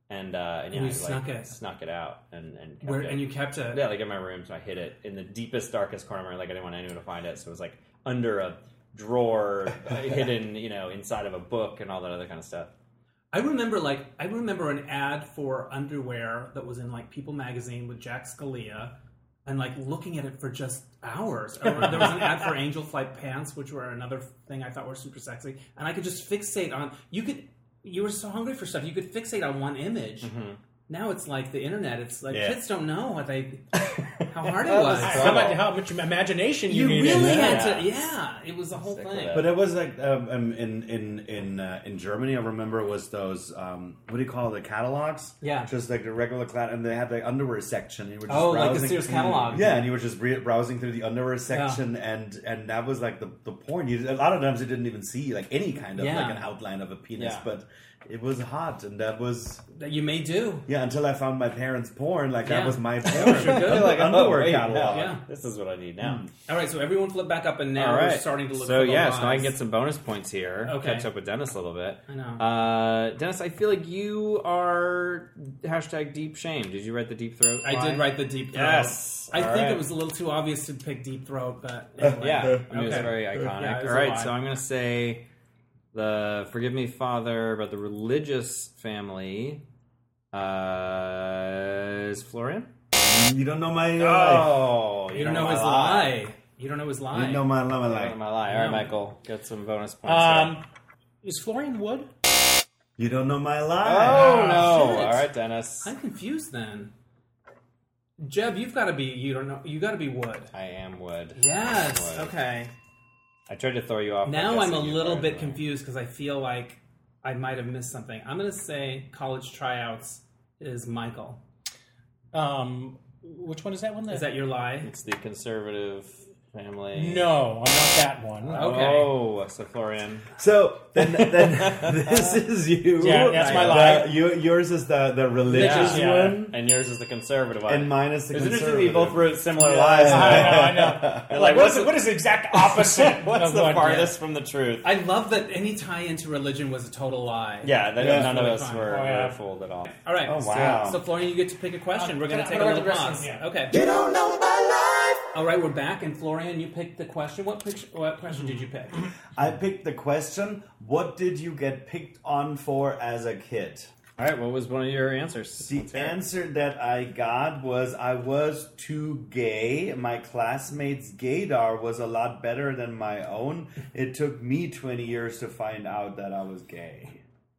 C: And uh, and yeah,
B: You
C: I, like,
B: snuck it.
C: snuck it out and and kept
B: Where,
C: it.
B: and you kept it.
C: Yeah, like in my room, so I hid it in the deepest, darkest corner. Of my room. Like I didn't want anyone to find it, so it was like under a
B: *laughs*
C: drawer, uh, hidden, you know, inside of a book and all that other kind of stuff.
B: I remember like I remember an ad for underwear that was in like People magazine with Jack Scalia, and like looking at it for just hours. Or there was an ad
C: *laughs*
B: for Angel Flight pants, which were another thing I thought were super sexy, and I could just fixate on. You could you were so hungry for stuff, you could fixate on one image.
C: Mm-hmm.
B: Now it's like the internet. It's like
D: Yeah.
B: kids don't know what
C: *laughs*
B: they how hard it was.
E: How much, how much imagination you,
B: You
E: needed.
B: really
C: Yeah.
B: had to, yeah. It was the whole
C: Sick of
B: thing.
C: that.
D: But it was like um, um, in in in uh, in Germany. I remember it was those um, what do you call it, the catalogs?
B: Yeah.
D: just like the regular cla and they had the underwear section. And you were just
B: Oh, like the
D: browsing.
B: Sears catalog.
D: Yeah, and you were just re- browsing through the underwear section, and and that was like the the porn. You, a lot of times you didn't even see like any kind of
B: Yeah.
D: like an outline of a penis,
C: Yeah.
D: but it was hot, and that was
B: That you may do.
D: yeah. Until I found my parents' porn, like
B: Yeah.
D: that was my porn.
B: sure good.
D: Under-
C: Like, oh,
D: underwear
C: wait,
D: catalog.
C: no,
B: Yeah.
C: this is what I need now.
B: All right, so everyone flip back up, and now
C: All right,
B: we're starting to look.
C: so
B: for the
C: yeah, so now I
B: lies.
C: can get some bonus points here.
B: Okay.
C: catch up with Dennis a little bit.
B: I know.
C: uh, Dennis. I feel like you are hashtag deep shame. Did you write the deep throat?
B: I
C: line?
B: did write the deep throat.
C: Yes.
B: I
C: All
B: think
C: right.
B: it was a little too obvious to pick deep throat, but anyway.
C: Yeah, *laughs* I mean, it's
B: Okay.
C: very iconic.
B: Yeah, it was
C: All
B: a
C: right,
B: lot.
C: so I'm going to say the forgive me, Father, but the religious family uh, is Florian.
D: You don't know my life.
C: Oh,
B: you don't know his
C: my
B: lie. You don't know his
D: You
B: lie.
D: don't know my, my
C: You don't know
D: life.
C: my lie. All
B: No.
C: right, Michael, get some bonus points. there.
E: Um, is Florian Wood?
D: You don't know my life.
C: oh no!
B: shit.
C: All right, Dennis.
B: I'm confused then. Jeb, you've got to be. You don't know. You got to be Wood.
C: I am Wood. I
B: Yes.
C: am Wood.
B: Okay.
C: I tried to throw you off. by
B: Now I'm a
C: guessing you
B: little
C: right
B: bit
C: away.
B: confused because I feel like I might have missed something. I'm going to say college tryouts is Michael.
E: Um, which one is that one?
B: Is that your lie?
C: It's the conservative family.
E: No, I'm not that one.
B: Okay.
C: Oh, so Florian.
D: So then,
C: *laughs*
D: then *laughs* this is you.
E: Yeah, that's my
D: The-
E: lie.
D: you- yours is the the religious
E: Yeah.
D: one,
C: And yours is the conservative one.
D: and mine is the
C: It's interesting
D: conservative.
C: that you both wrote similar
D: Yeah.
C: lies.
E: I know, I know. like, what,
C: Like, what's
E: is,
C: the-
E: what is the exact opposite?
C: *laughs* What's
E: of
C: the
E: what-
C: farthest from the truth?
B: I love that any tie into religion was a total lie.
C: Yeah, that
D: Yeah.
C: none of
B: Really
C: us
B: fun.
C: were,
E: Oh, yeah.
C: were fooled at all.
B: All right.
D: Oh,
B: so-
D: wow.
B: So, Florian, you get to pick a question.
E: Um,
B: We're going
E: can
B: to
E: I-
B: take
E: I'm
B: a
E: gonna
B: little
E: go to the
B: pause.
E: restroom, yeah.
B: Okay.
A: You don't know my life.
B: All right, we're back, and Florian, you picked the question. What picture, What question did you
C: *clears throat*
B: pick?
D: I picked the question: What did you get picked on for as a kid?
C: All right, what was one of your answers?
D: The answer that I got was I was too gay. My classmates' gaydar was a lot better than my own. It took me 20 years to find out that I was gay.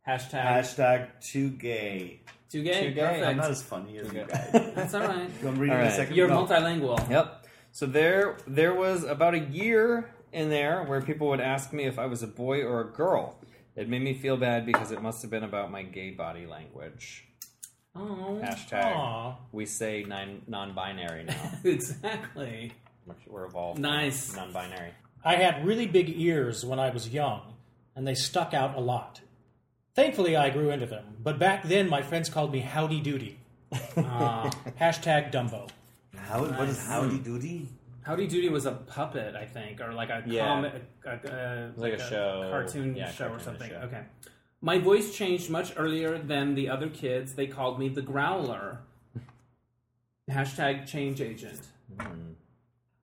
B: Hashtag,
D: Hashtag too gay.
B: too gay.
C: Too gay.
D: I'm
B: Perfect.
D: not as funny as you
C: gay.
D: guys.
B: *laughs* That's all right.
D: I'm reading
C: All right.
D: the second
B: You're
D: no.
B: multilingual.
C: Yep. So there, there was about a year in there where people would ask me if I was a boy or a girl. It made me feel bad because it must have been about my gay body language.
B: Oh,
C: Hashtag.
E: Aw.
C: We say nine, non-binary *laughs* now.
B: *laughs* exactly.
C: We're evolved.
B: Nice.
C: Non-binary. *laughs*
E: I had really big ears when I was young, and they stuck out a lot. Thankfully, I grew into them. But back then, my friends called me Howdy Doody.
B: Ah,
E: Hashtag Uh, Dumbo.
D: How, What is
B: Nice.
D: Howdy Doody?
B: Howdy Doody was a puppet, I think, or like a
C: Yeah.
B: comic, a, uh, a,
C: was like a show.
B: cartoon
C: Yeah,
B: show or
C: cartoon
B: something.
C: show.
B: Okay. My voice changed much earlier than the other kids. They called me the
C: *laughs*
B: Growler. Hashtag change agent.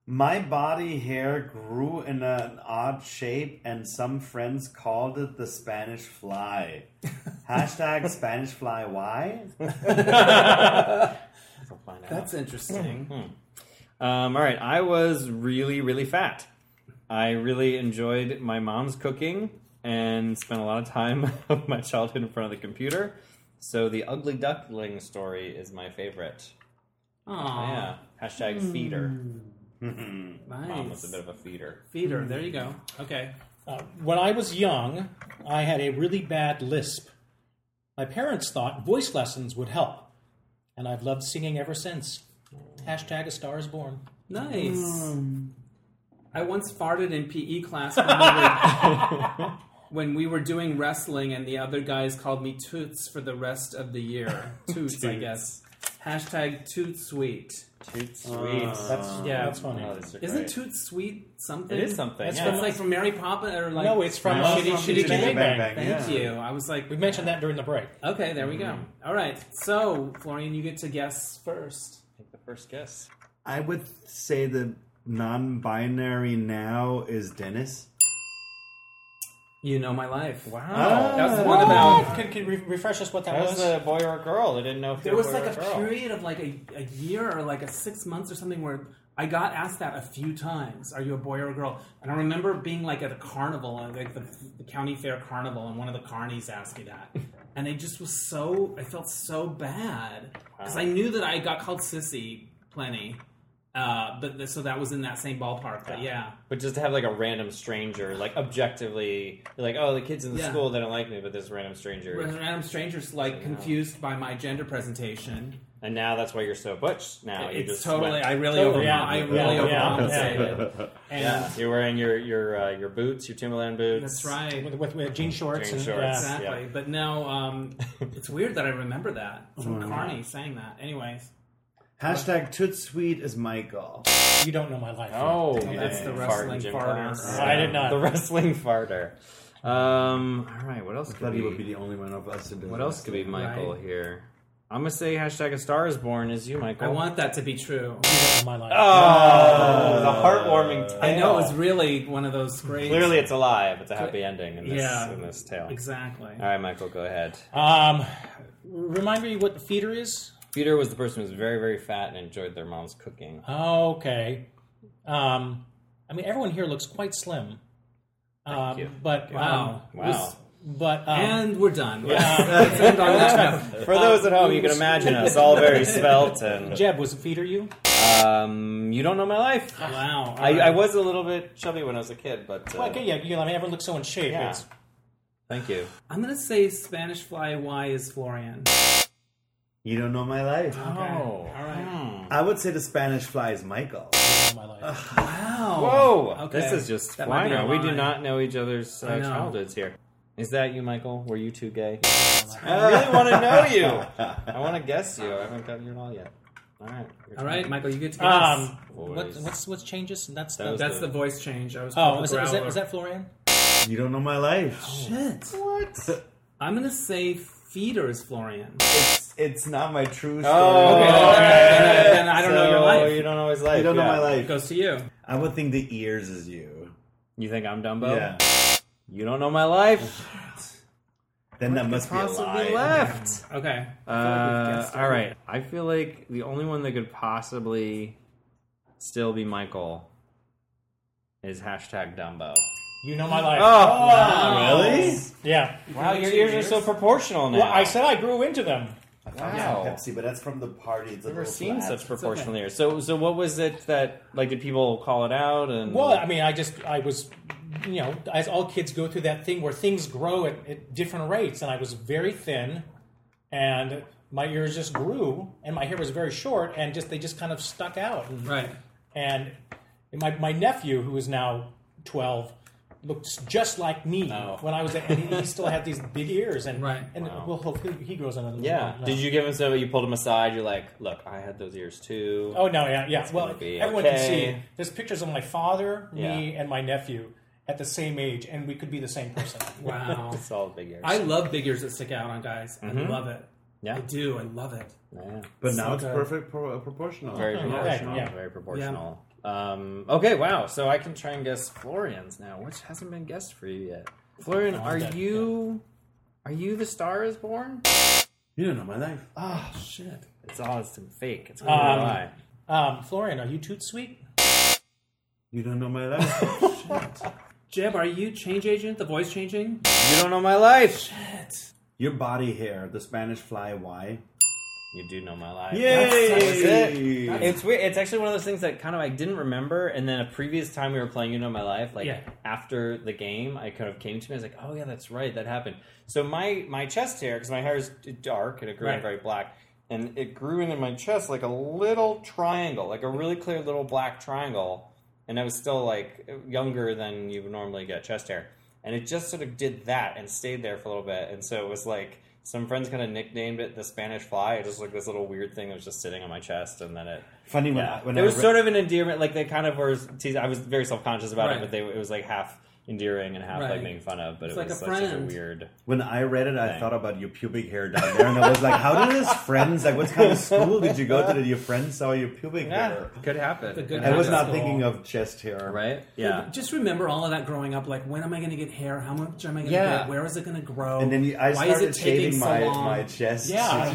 D: My body hair grew in an odd shape, and some friends called it the Spanish *laughs* fly. Hashtag Spanish fly. Why?
C: We'll find out.
B: That's interesting.
C: Um, all right, I was really, really fat. I really enjoyed my mom's cooking and spent a lot of time *laughs* of my childhood in front of the computer. So the ugly duckling story is my favorite.
B: Aw,
C: Yeah. Hashtag feeder. Mom was
B: nice.
C: a bit of a feeder.
B: Feeder, there you go. Okay.
E: Uh, when I was young, I had a really bad lisp. My parents thought voice lessons would help, and I've loved singing ever since. Hashtag a star is born.
B: Nice. I once farted in PE class when we, were, *laughs* when we were doing wrestling, and the other guys called me Toots for the rest of the year. Toots, I guess. Hashtag Toot Sweet.
C: Toot sweet.
E: That's
B: Yeah.
E: yeah, that's funny.
C: Oh, these are
B: Isn't
C: great.
B: Toot Sweet something?
C: It is something.
E: That's
C: yeah.
B: It's like from Mary Poppins or like.
E: no, it's from
D: Well,
E: Shitty
D: from
E: Shitty
D: Shitty
E: Bang
D: Bang
E: Bang.
D: Bang.
B: Thank
D: Yeah.
B: you. I was like,
E: We mentioned that during the break.
B: okay, there we go. All right. So, Florian, you get to guess first.
C: Take the first guess.
D: I would say the non-binary now is Dennis.
B: You know my life. Wow.
D: Ah.
B: That's the one about
E: Can, can you re- refresh us what that,
C: That
E: was?
C: was a boy or a girl. They didn't know if
B: There
C: you were
B: was
C: boy
B: like
C: or
B: a
C: girl.
B: period of like a, a year or like a six months or something where I got asked that a few times. Are you a boy or a girl? And I remember being like at a carnival, uh, like the, the county fair carnival, and one of the carnies asked me that. And I just was so, I felt so bad. Because I knew that I got called sissy plenty. Uh, but th- so that was in that same ballpark. But yeah.
C: But just to have like a random stranger, like objectively, you're like, oh, the kids in the
B: Yeah.
C: school they don't like me, but this random stranger.
B: Whereas Random strangers like confused by my gender presentation.
C: And now that's why you're so butch. Now you
B: It's
C: just
B: totally,
C: went-
B: I really,
E: Totally,
B: over,
E: yeah.
B: I really
E: Yeah, yeah.
B: overcompensated.
E: and
C: Yeah, you're wearing your your uh, your boots, your Timberland boots.
B: That's right.
E: with, with, with jean shorts
C: Jean
E: and uh,
C: shorts.
E: yeah.
B: Exactly.
C: Yeah.
B: But now
E: *laughs*
B: um, it's weird that I remember that
E: Oh,
B: from Carney saying that. Anyways,
D: *laughs* Hashtag Toot Sweet is Michael.
E: You don't know my life.
C: Oh,
E: Don't know
B: that's
E: my
B: the
E: life.
C: fart
B: wrestling
C: in gym
B: farter.
C: class.
E: I did not.
C: The wrestling farter. Um, all right, what else could
D: Thought
C: be?
D: he would be the only one of us to do
C: what
D: that.
C: else could be Michael
B: Right.
C: here? I'm gonna say hashtag a star is born is you, Michael.
B: I want that to be true.
E: You don't know my life.
C: Oh, the heartwarming. Tale.
B: I know it was really one of those great.
C: Clearly, it's alive. It's a happy ending in this
B: Yeah.
C: in this tale.
B: Exactly.
C: All right, Michael, go ahead.
E: Um, remind me what the feeder is.
C: Peter was the person who was very, very fat and enjoyed their mom's cooking.
E: Okay. Um, I mean, everyone here looks quite slim. Um,
C: you.
E: But
B: Wow.
E: um,
C: Wow.
E: was- but um, uh,
B: And we're done.
E: *laughs*
C: *laughs*
B: Let's end on that note.
C: For those at home, you can imagine us all very svelte and.
E: Jeb was a feeder you.
C: Um, you don't know my life.
B: Wow.
C: I, I was a little bit chubby when I was a kid, but. Uh,
E: Well, okay, yeah, you know, I mean, everyone looks so in shape.
C: Yeah.
E: It's,
C: Thank you.
B: am going to say Spanish Fly Y is Florian.
D: You don't know my life.
B: All right.
C: Hmm.
D: I would say the Spanish fly is Michael.
E: you know, my life.
B: Wow.
C: Whoa!
B: Okay.
C: This is just
B: That might
C: flying.
B: be a
C: out. We do
B: line.
C: not know each other's
B: I
C: uh,
B: know.
C: childhoods here. Is that you, Michael? Were you
B: *laughs*
C: two gay? I really want to know you. I want to guess you. I haven't gotten your all yet. All right. Your
B: All
C: turn.
B: right, Michael, you get to guess.
E: Um, what,
C: Boys.
E: what's what's changes? And that's
C: That was
E: the,
B: That's the voice change. I was
E: oh,
B: called
E: is
B: the
E: that, is, that,
B: growler.
E: is that Florian?
D: *laughs* You don't know my life.
B: Shit. *laughs* What? I'm gonna say feeder is Florian.
D: It's, it's not my true story.
C: Oh,
B: Okay, then- uh,
C: all right.
B: then I don't know your
C: So,
B: life.
C: You don't know his life.
D: You don't know my
C: yeah.
B: It
D: life.
B: goes to you.
D: I would think the ears is you.
C: You think I'm Dumbo?
D: Yeah.
C: You don't know my life.
D: Then that must be a lie.
C: Possibly left.
B: Okay.
C: Uh, all right. I feel like the only one that could possibly still be Michael is hashtag Dumbo.
E: You know my life.
C: wow.
D: Really?
E: Yeah.
C: Wow, your ears are so proportional now.
E: Well, I said I grew into them.
C: Wow.
D: Pepsi, but that's from the party. It's a
C: I've never
D: little
C: seen
D: flat.
C: such proportional ears. So, so what was it that like? Did people call it out? And
E: Well, I mean, I just I was, you know, as all kids go through that thing where things grow at, at different rates, and I was very thin, and my ears just grew, and my hair was very short, and just they just kind of
C: Mm-hmm.
E: stuck out, and
B: Right.
E: and my my nephew who is now twelve looks just like me
C: Oh.
E: when I was there, and he, he still had these big ears,
C: *laughs*
E: and
B: Right.
E: and
C: Wow.
E: well, hopefully he grows another.
C: Yeah.
E: one.
C: Did you give him some? You pulled him aside. You're like, look, I had those ears too.
E: Oh no, yeah, yeah. Well,
C: gonna be
E: everyone can
C: okay.
E: see. There's pictures of my father, me,
C: Yeah.
E: and my nephew at the same age, and we could be the same
C: *laughs*
E: person.
B: Wow.
C: It's all big ears.
B: I love big ears that stick out on guys. I love it.
C: Yeah.
B: I do. I love it.
C: Yeah.
D: But now
E: So
D: it's
E: good.
D: perfect pro- uh, proportional.
C: Very proportional.
E: yeah.
C: Very proportional. Um, okay, wow. So I can try and guess Florian's now, which hasn't been guessed for you yet. Florian, are
E: dead,
C: you are you the star is born?
D: You don't know my life.
B: Ah.
C: Oh shit. It's all it's fake. It's gonna
E: Um,
C: lie.
E: Um, Florian, are you toot sweet?
D: You don't know my life.
B: *laughs* Jeb, are you change agent? The voice changing?
C: You don't know my life.
D: Your body hair, the Spanish fly. Why?
C: You do know my life.
D: Yay!
C: That was it. It's weird. It's actually one of those things that kind of I didn't remember, and then a previous time we were playing You Know My Life, like
E: Yeah.
C: after the game, I kind of came to me. I was like, oh yeah, that's right, that happened. So my my chest hair, because my hair is dark and it grew in
E: Right.
C: very black, and it grew into my chest like a little triangle, like a really clear little black triangle. And I was still like younger than you would normally get chest hair, and it just sort of did that and stayed there for a little bit, and so it was like. Some friends kind of nicknamed it the Spanish fly. It was like this little weird thing that was just sitting on my chest, and then it
D: Funny when
C: yeah.
D: I, when
C: there
D: I
C: was
D: re-
C: sort of an endearment, like they kind of were. teasing- I was very self conscious about
B: Right.
C: it, but they, it was like half endearing and half
B: Right.
C: like making fun of. But
B: It's
C: it
B: like
C: was
B: a
C: like such a
B: friend.
C: weird.
D: when I read it, I thought about your pubic hair down there, and I was like, "How did this friends? Like, what kind of school did you go to that your friends saw your pubic hair?"
C: could happen.
B: It's a good
D: I was
B: Yeah.
D: not
B: School.
D: thinking of chest hair.
C: right. Yeah,
B: Just remember all of that growing up. Like, when am I going to get hair? How much am I going to
C: Yeah.
B: get? Where is it going to grow?
D: And then you- I
B: Why
D: started
B: is it taking
D: shaving
B: so
D: my
B: long?
D: my chest. *laughs*
C: *laughs*
E: Yeah, yeah. Like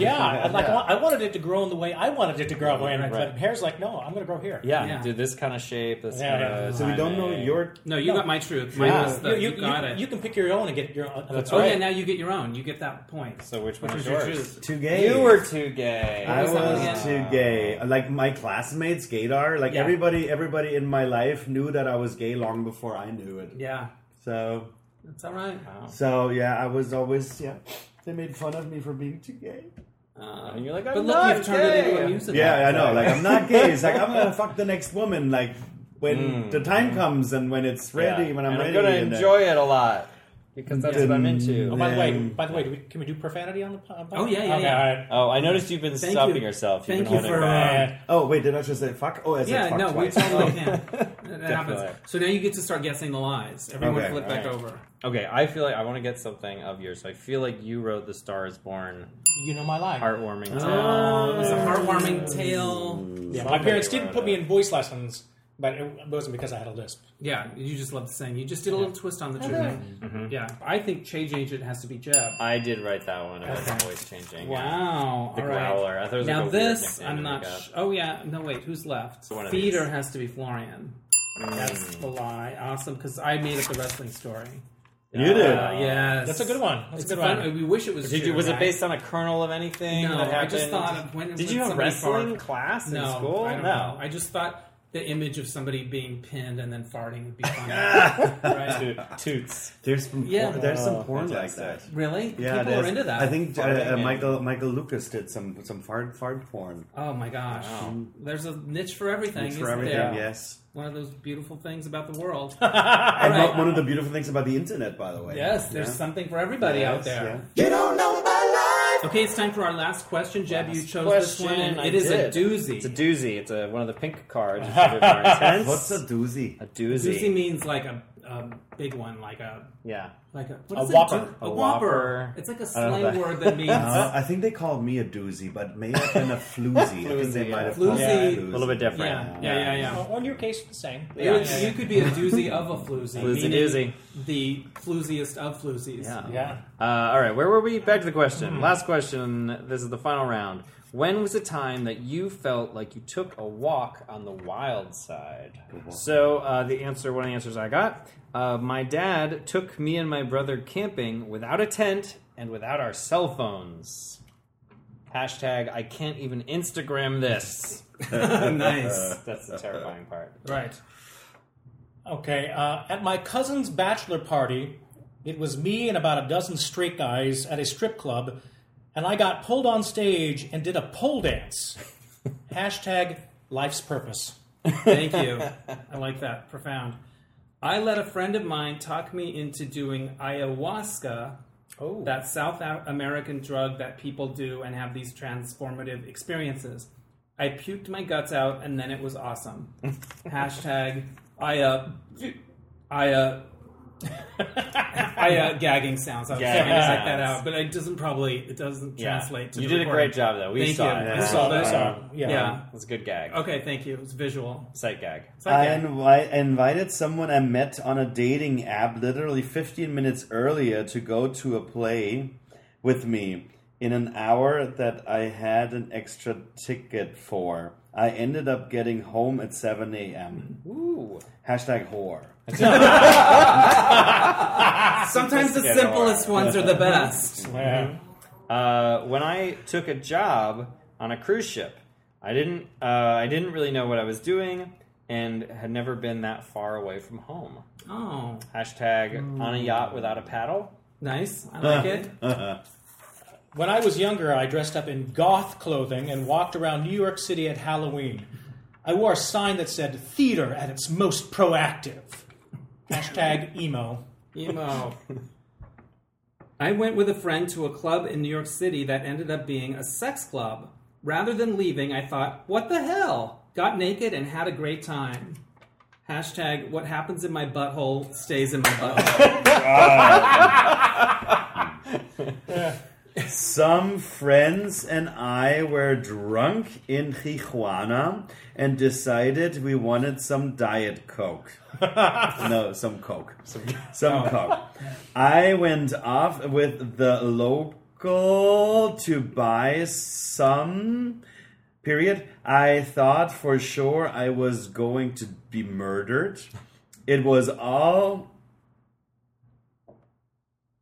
D: Yeah.
E: I wa- I wanted it to grow in the way I wanted it to grow, and I-
C: Right.
E: but hair's like, no, I'm going to grow here.
C: yeah.
B: Yeah.
C: Do this kind of shape. This
E: Yeah,
C: kind
E: yeah.
C: of.
D: So we don't know your
B: No, you
E: No.
B: got my truth. Mine
C: Yeah.
B: was the,
E: You, you,
B: you, got
E: you-
B: it.
E: you can pick your own and get your own. That's
B: oh,
E: right.
B: yeah, now you get your own. You get that point.
C: So which one
B: Which was
C: is
B: your
C: yours?
B: truth?
D: too gay.
C: You were too gay.
D: I
B: was that one
D: was too
B: again?
D: gay. Like my classmates, gaydar. Like
B: Yeah.
D: everybody, everybody in my life knew that I was gay long before I knew it.
B: Yeah,
D: So,
B: that's all right.
C: Wow.
D: so yeah, I was always yeah. They made fun of me for being too gay.
C: Uh, and you're like, I'm
B: But
C: not
B: look, you've turned it
C: gay.
B: into a music.
D: Yeah, I know.
C: sorry.
D: Like I'm not gay. It's like I'm
B: *laughs*
D: gonna fuck the next woman. Like when
B: Mm,
D: the time comes and when it's ready,
C: Yeah.
D: when I'm
C: and
D: ready.
C: I'm gonna
D: and, uh,
C: enjoy it a lot because that's what I'm into.
E: Oh, by the way,
D: Um,
E: by the way, do we, can we do profanity on the po- podcast?
B: Oh, yeah, yeah,
E: Okay,
B: yeah.
E: all right.
C: Oh, I noticed you've been
B: Thank
C: stopping
B: you.
C: yourself. You've
B: Thank
C: been
B: you
C: holding
B: for,
C: back.
B: uh,
D: Oh wait, did I just say fuck? Oh, I said
B: Yeah,
D: fuck
B: no,
D: twice.
B: we totally can. That happens.
C: Definitely.
B: So now you get to start guessing the lies. Everyone
D: Okay,
B: flip back
C: alright.
B: over.
C: Okay, I feel like I want to get something of yours. So I feel like you wrote "The Star Is Born"
E: You know my life.
C: heartwarming tale.
B: Oh, it was a heartwarming tale.
E: Yeah, my parents did
D: wrote
E: put
D: it.
E: me in voice lessons, but it wasn't because I had a lisp.
B: Yeah, you just love to sing. You just did a little twist on the truth. Yeah, I think change agent has to be Jeb.
C: I did write that one. It was
B: Okay.
C: voice changing. yeah.
B: Wow.
C: The
B: all right.
C: growler. I thought it was
B: now
C: like a weird
B: this,
C: nickname
B: I'm
C: to
B: not.
C: make up.
B: Sh- oh yeah. No wait. Who's left?
C: One of
B: Feeder
C: these.
B: has to be Florian. That's the lie. Awesome, because I made up the wrestling story.
D: You did.
B: Uh, yes,
E: That's a good one. That's
B: It's
E: a good
B: fun.
E: one.
B: We wish it was.
C: Did
B: true,
C: you, was it
B: right?
C: based on a kernel of anything
B: No,
C: that
B: I
C: happened?
B: just thought of when-
C: Did
B: when
C: you have
B: somebody
C: wrestling
B: farted.
C: class in
B: no,
C: school?
B: I don't
C: no.
B: know. I just thought the image of somebody being pinned and then farting
C: *laughs*
B: would be fun. *laughs* right?
C: Toot- Toots.
D: There's some
B: Yeah.
D: porn, there's some porn like
C: fantastic.
D: that.
B: Really?
D: Yeah,
B: People are
D: there's-
B: into that.
D: I think uh,
C: Farting
D: uh,
C: and-
D: Michael Michael Lucas did some some fart fart porn.
B: Oh my gosh!
C: Wow.
B: There's a niche for everything.
D: It's for
B: isn't
D: everything,
B: there?
D: yes.
B: One of those beautiful things about the world.
C: *laughs*
D: And
B: *laughs* All right.
D: one of the beautiful things about the internet, by the way.
B: Yes, there's
D: Yeah.
B: something for everybody out
D: Yes,
B: there.
D: yeah.
F: You don't know my life.
B: Okay, it's time for our last question. Jeb, you
C: Last
B: chose this one,
C: question,
B: and
C: I
B: it is
C: did.
B: a doozy.
C: It's a doozy. It's a, one of the
B: *laughs*
C: pink cards. It's a bit more intense.
D: What's a doozy?
C: a doozy?
B: doozy means like a, a big one, like a
C: yeah.
B: like a what
E: A
B: is it?
E: whopper.
B: A,
C: A
B: whopper.
C: whopper.
B: It's like a
C: I don't know Uh-huh.
B: slang
C: that.
B: word that
C: *laughs*
B: means
D: Uh, I think they called me a doozy, but may have been a floozy. I think they
C: Floozy,
D: might
C: yeah.
D: have called me
B: Floozy.
D: floozy.
C: A little bit different.
B: yeah, yeah, yeah, yeah.
E: Well, in your case, the same.
B: You,
C: Yeah.
B: would- you could be a doozy of a floozy.
C: Floozy
B: meaning
C: doozy.
B: The flooziest of floozies.
C: Yeah.
E: Yeah.
C: Uh, all right, where were we? Back to the
B: Hmm.
C: question. Last question. This is the final round. When was a time that you felt like you took a walk on the wild side? So uh, the answer, one of the answers I got, uh, my dad took me and my brother camping without a tent and without our cell phones. Hashtag I can't even Instagram this.
D: *laughs*
B: *laughs* nice.
D: Uh,
C: That's the terrifying part.
B: Right.
E: Okay. Uh, at my cousin's bachelor party, it was me and about a dozen straight guys at a strip club, and I got pulled on stage and did a pole dance. Hashtag life's purpose. *laughs*
B: Thank you. I like that. Profound. I let a friend of mine talk me into doing ayahuasca,
E: Oh,
B: *laughs* that South A- American drug that people do and have these transformative experiences. I puked my guts out and then it was
C: *laughs*
B: awesome. Hashtag Aya Aya Aya gagging sounds. I was
C: Gagging
B: trying to type that
C: sounds.
B: out, but it doesn't probably it doesn't
C: Yeah.
B: translate. To
C: you
B: the
C: did a
B: recording.
C: great job though. We
B: Thank
C: saw
B: you.
C: it.
B: I
C: We
B: saw
C: it.
B: that.
E: So, yeah.
B: Yeah.
C: It was a good gag.
B: Okay, thank you. It was visual.
C: Sight gag.
B: It's
D: I
B: like, yeah.
D: invi- invited someone I met on a dating app literally 15 minutes earlier to go to a play with me in an hour that I had an extra ticket for. I ended up getting home at 7 a.m.
C: Ooh.
D: Hashtag whore.
B: Sometimes the
C: Let's get
B: simplest ones are the best.
C: Uh, when I took a job on a cruise ship, I didn't. Uh, I didn't really know what I was doing, and had never been that far away from home.
B: *laughs* Oh,
C: Hashtag on a yacht without a paddle.
B: nice.
C: Uh.
B: I like it.
D: *laughs*
E: When I was younger, I dressed up in goth clothing and walked around New York City at Halloween. I wore a sign that said "Theater at its most proactive." Hashtag emo.
B: Emo. I went with a friend to a club in New York City that ended up being a sex club. Rather than leaving, I thought, what the hell? Got naked and had a great time. Hashtag what happens in my butthole stays in my
C: *laughs*
B: butthole.
D: Some friends and I were drunk in Tijuana and decided we wanted some Diet *laughs* Coke. no, some Coke. Some, Coke. I went off with the local to buy some. Period. I thought for sure I was going to be murdered. It was all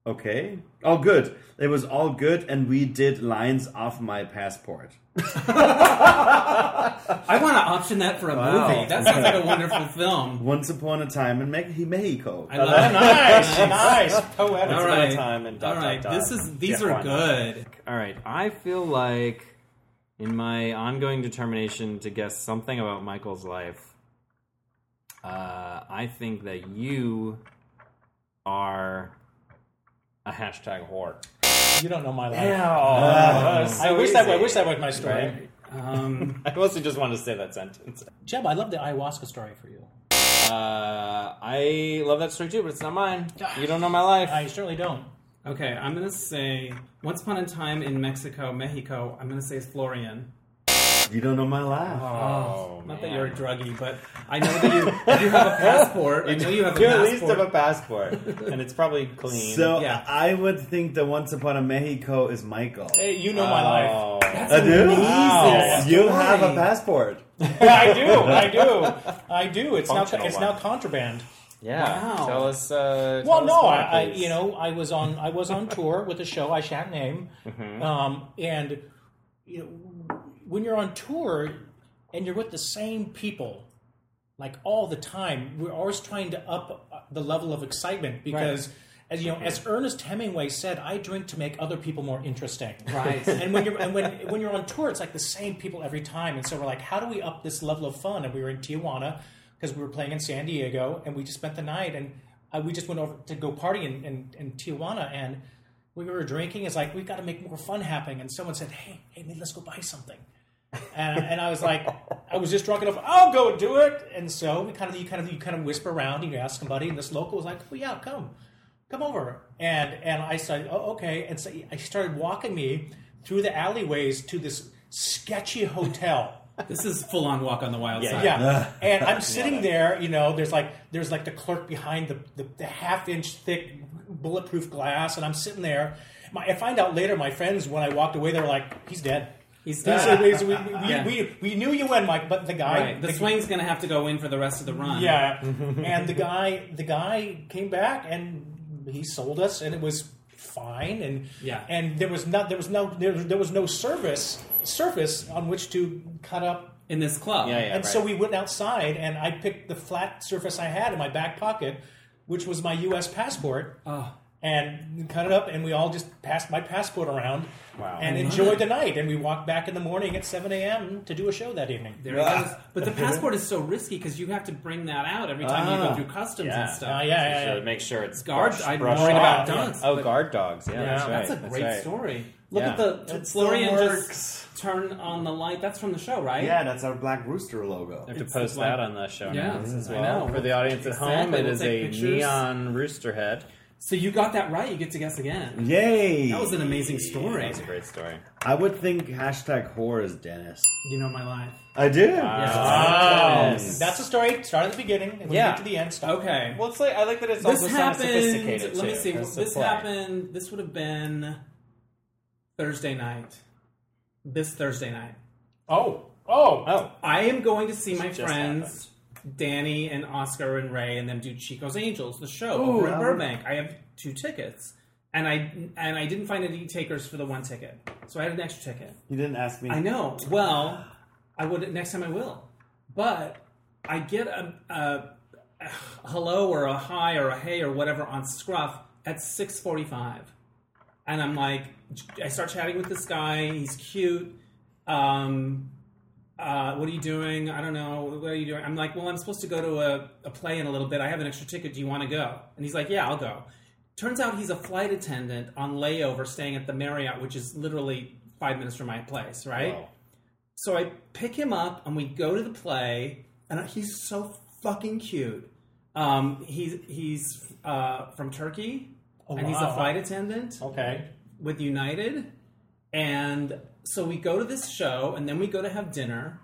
D: Okay. All good. It was all good, and we did lines off my passport.
B: I want to option that for a movie. That sounds like a wonderful
C: *laughs*
B: film.
D: Once upon a time in Me- Mexico.
B: I love it. *laughs*
D: *laughs*
C: Nice, *laughs* nice, poetic.
B: *laughs* All
C: All
B: right.
C: right, time and dot,
B: All right.
C: dot, dot.
B: This is these
C: Yeah,
B: are
C: why not?
B: good.
C: All right, I feel like in my ongoing determination to guess something about Michael's life, uh, I think that you are a hashtag whore.
E: You don't know my life. I
C: I Um,
E: wish that I wish that was my story.
C: Right. *laughs* I mostly just wanted to say that sentence.
E: Jeb, I love the ayahuasca story for you.
C: Uh, I love that story too, but it's not mine. You don't know my life.
E: I certainly don't.
B: Okay, I'm gonna say Once Upon a Time in Mexico, Mexico. I'm gonna say it's Florian.
D: You don't know my laugh.
C: oh,
B: Not that
C: man.
B: you're a druggie, but I know that you, you have a passport. I know you have a
C: You at least have a
B: passport.
C: passport, and it's probably clean.
D: So
B: Yeah.
D: I would think that Once Upon a Mexico is Michael.
E: Hey, you know my life.
C: Oh.
D: I do.
C: Wow.
D: You have a passport.
E: *laughs* I do. I do. I do. It's now
C: Functional
E: it's now
C: life.
E: contraband.
C: Yeah.
B: Wow.
C: Tell us. Uh, tell
E: Well,
C: us
E: no,
C: more,
E: I, I
C: please.
E: you know I was on I was on tour with a show I shan't name, um, and you know when you're on tour and you're with the same people like all the time, we're always trying to up uh, the level of excitement because. As you know, as Ernest Hemingway said, "I drink to make other people more interesting."
B: Right.
E: and when you're and when when you're on tour, it's like the same people every time. And so we're like, how do we up this level of fun? And we were in Tijuana because we were playing in San Diego, and we just spent the night, and uh, we just went over to go party in, in, in Tijuana, and we were drinking. It's like we've got to make more fun happening. And someone said, hey, hey, maybe let's go buy something. And, and I was like, I was just drunk enough. I'll go do it. And so we kind of, you kind of, you kind of whisper around, and you ask somebody, and this local was like, well, yeah, come come over and and i said oh okay and so i started walking me through the alleyways to this sketchy
B: *laughs*
E: hotel
B: This is full on walk on the wild side. *laughs*
E: yeah and i'm sitting there you know there's like there's like the clerk behind the, the, the half inch thick bulletproof glass and i'm sitting there my, i find out later my friends when i walked away they were like he's dead
B: He's
E: They said,
B: done.
E: we, we,
B: *laughs*
E: we,
B: Yeah.
E: we, we knew you went mike but the guy
B: Right. The
E: the-
B: swing's gonna have to go in for the rest of the run.
E: yeah, and the guy the guy came back and he sold us, and it was fine. And
B: Yeah.
E: and there was not there was no there, there was no service surface on which to cut up.
B: In this club.
C: Yeah, yeah.
E: and so
C: right.
E: we went outside, and I picked the flat surface I had in my back pocket, which was my U.S. passport.
B: Oh.
E: and cut it up, and we all just passed my passport around
D: Wow.
E: and
D: I love
E: enjoyed the night. And we walked back in the morning at 7 a.m. to do a show that evening.
B: There it goes. But the passport is so risky because you have to bring that out every time you
D: Ah.
B: go through customs
C: Yeah.
B: and stuff.
E: Uh, yeah,
C: Make
E: yeah,
C: sure-
E: yeah.
C: Make sure it's
B: Guard-
C: brushed-
B: I'm
C: brushed
B: worried
E: about
C: off.
B: dogs,
C: Oh,
B: but-
C: guard dogs. Yeah, that's
E: Yeah.
C: right.
B: That's a great
C: right.
B: story. Look
C: Yeah.
B: at the
D: It still
B: Florian just
D: works.
B: turn on the light. That's from the show, right?
D: Yeah, that's our Black Rooster logo.
C: I have to
B: It's
C: post
B: like-
C: that on the show
B: Yeah,
C: notes as
B: I
C: well.
B: know.
C: For the audience at home,
B: Exactly.
C: it
B: We'll
C: is
B: take
C: a
B: pictures.
C: neon rooster head.
B: So you got that right. You get to guess again.
D: Yay!
B: That was an amazing story.
C: That's a great story.
D: I would think hashtag whore is Dennis.
B: You know my life.
D: I do.
C: Wow.
D: Yes.
E: That's a story. Start at the beginning, and when
C: Yeah.
E: you get to the end, stop.
B: Okay.
C: Well, it's like I like that it's also
B: this
C: sounds
B: happened.
C: sophisticated.
B: Let me
C: too.
B: see.
C: That's the
B: This
C: play.
B: happened. This would have been Thursday night. This Thursday night.
E: Oh, oh,
C: Oh,
B: I am going to see my
C: just
B: friends Danny and Oscar and Ray and them do Chico's Angels, the show over in
D: I would-
B: Burbank. I have two tickets. And I and I didn't find any takers for the one ticket. So I had an extra ticket.
D: You didn't ask me.
B: I know. Well, I would next time I will. But I get a, a, a hello or a hi or a hey or whatever on Scruff at 6:45, and I'm like, I start chatting with this guy. He's cute. Um, uh, what are you doing? I don't know. What are you doing? I'm like, well, I'm supposed to go to a, a play in a little bit. I have an extra ticket. Do you want to go? And he's like, yeah, I'll go. Turns out he's a flight attendant on layover staying at the Marriott, which is literally five minutes from my place, right?
C: Wow.
B: So I pick him up and we go to the play, and he's so fucking cute. Um, he's he's uh, from Turkey, and he's a
E: wow.
B: flight attendant
E: okay.
B: with United. And so we go to this show, and then we go to have dinner,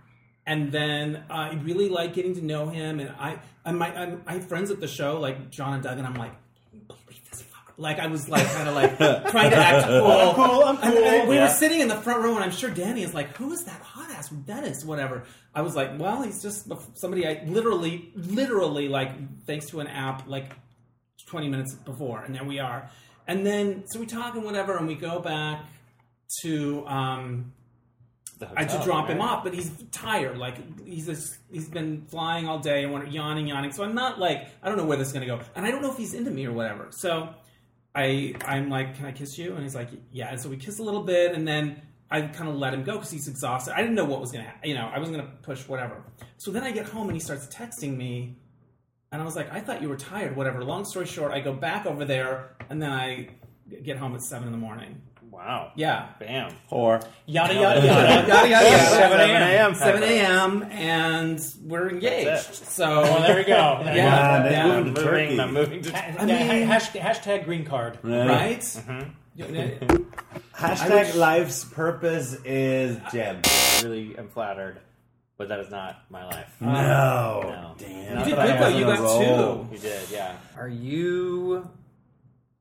B: and then I really like getting to know him. And I, I my, I'm, I have friends at the show, like John and Doug, and I'm like, can you believe this fucker? Like I was like kind
D: *laughs*
B: of like trying to act cool. I'm
D: cool, I'm
B: And, and
D: cool.
B: we
D: Yeah.
B: were sitting in the front row, and I'm sure Danny is like, "Who is that hot ass Dennis? Whatever." I was like, "Well, he's just somebody I literally, literally like, thanks to an app, like 20 minutes before, and there we are. And then, so we talk and whatever, and we go back to, um,
C: The
B: I just
C: hotel,
B: drop him
C: right?
B: off, but he's tired. Like, he's just, he's been flying all day and what- yawning, yawning. So I'm not like, I don't know where this is going to go. And I don't know if he's into me or whatever. So I, I'm like, can I kiss you? And he's like, yeah. And so we kiss a little bit, and then I kind of let him go because he's exhausted. I didn't know what was going to happen. You know, I wasn't going to push whatever. So then I get home, and he starts texting me and I was like, I thought you were tired, whatever. Long story short, I go back over there and then I get home at seven in the morning.
C: Wow.
B: Yeah.
C: Bam.
D: Whore.
E: Yada yada yada.
B: Yada, yada, yada.
C: 7 a.m.
B: 7 a.m. and we're engaged. So
E: Well, there we go. There you
B: Yeah.
E: go.
D: Man,
B: Yeah.
D: they're moving
C: I'm
D: to
C: moving, I'm
D: Turkey.
C: moving to
E: Ha-
B: I mean-
E: ha- hash- hashtag green card.
D: Yeah.
B: right?
D: Mm-hmm.
B: Yeah.
D: Hashtag life's purpose is Jeb.
C: really am flattered, but that is not my life.
D: Mm. no.
C: no.
D: Damn.
B: You did
D: I
B: good
D: was
B: though. You
D: on a
B: got
D: roll.
B: two.
C: You did, yeah. Are you?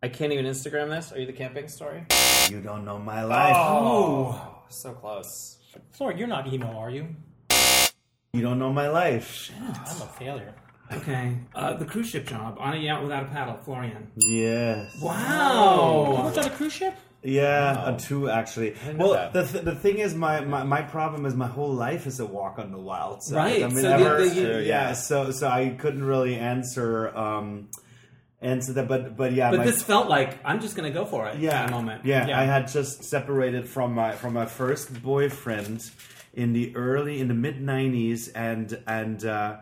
C: I can't even Instagram this. Are you the camping story?
D: You don't know my life.
E: Oh,
C: So close.
E: Flora, you're not emo, are you?
D: You don't know my life.
E: I'm a failure.
B: Okay. Uh, the cruise ship job on a yacht without a paddle, Florian.
D: Yes.
E: You
B: Wow.
E: worked on a cruise ship?
D: Yeah, uh, two actually.
C: know
D: Well,
C: that.
D: the, th- the thing is, my, my, my problem is my whole life is a walk on the wild side.
B: Right,
D: I mean,
B: so the-
D: ever,
B: the- True,
D: yeah.
C: yeah.
D: So so I couldn't really answer um answer that, but but yeah,
B: But
D: my,
B: this felt like I'm just gonna go for it. at the moment.
D: Yeah, I had just separated from my from my first boyfriend in the early in the mid '90s, and and uh,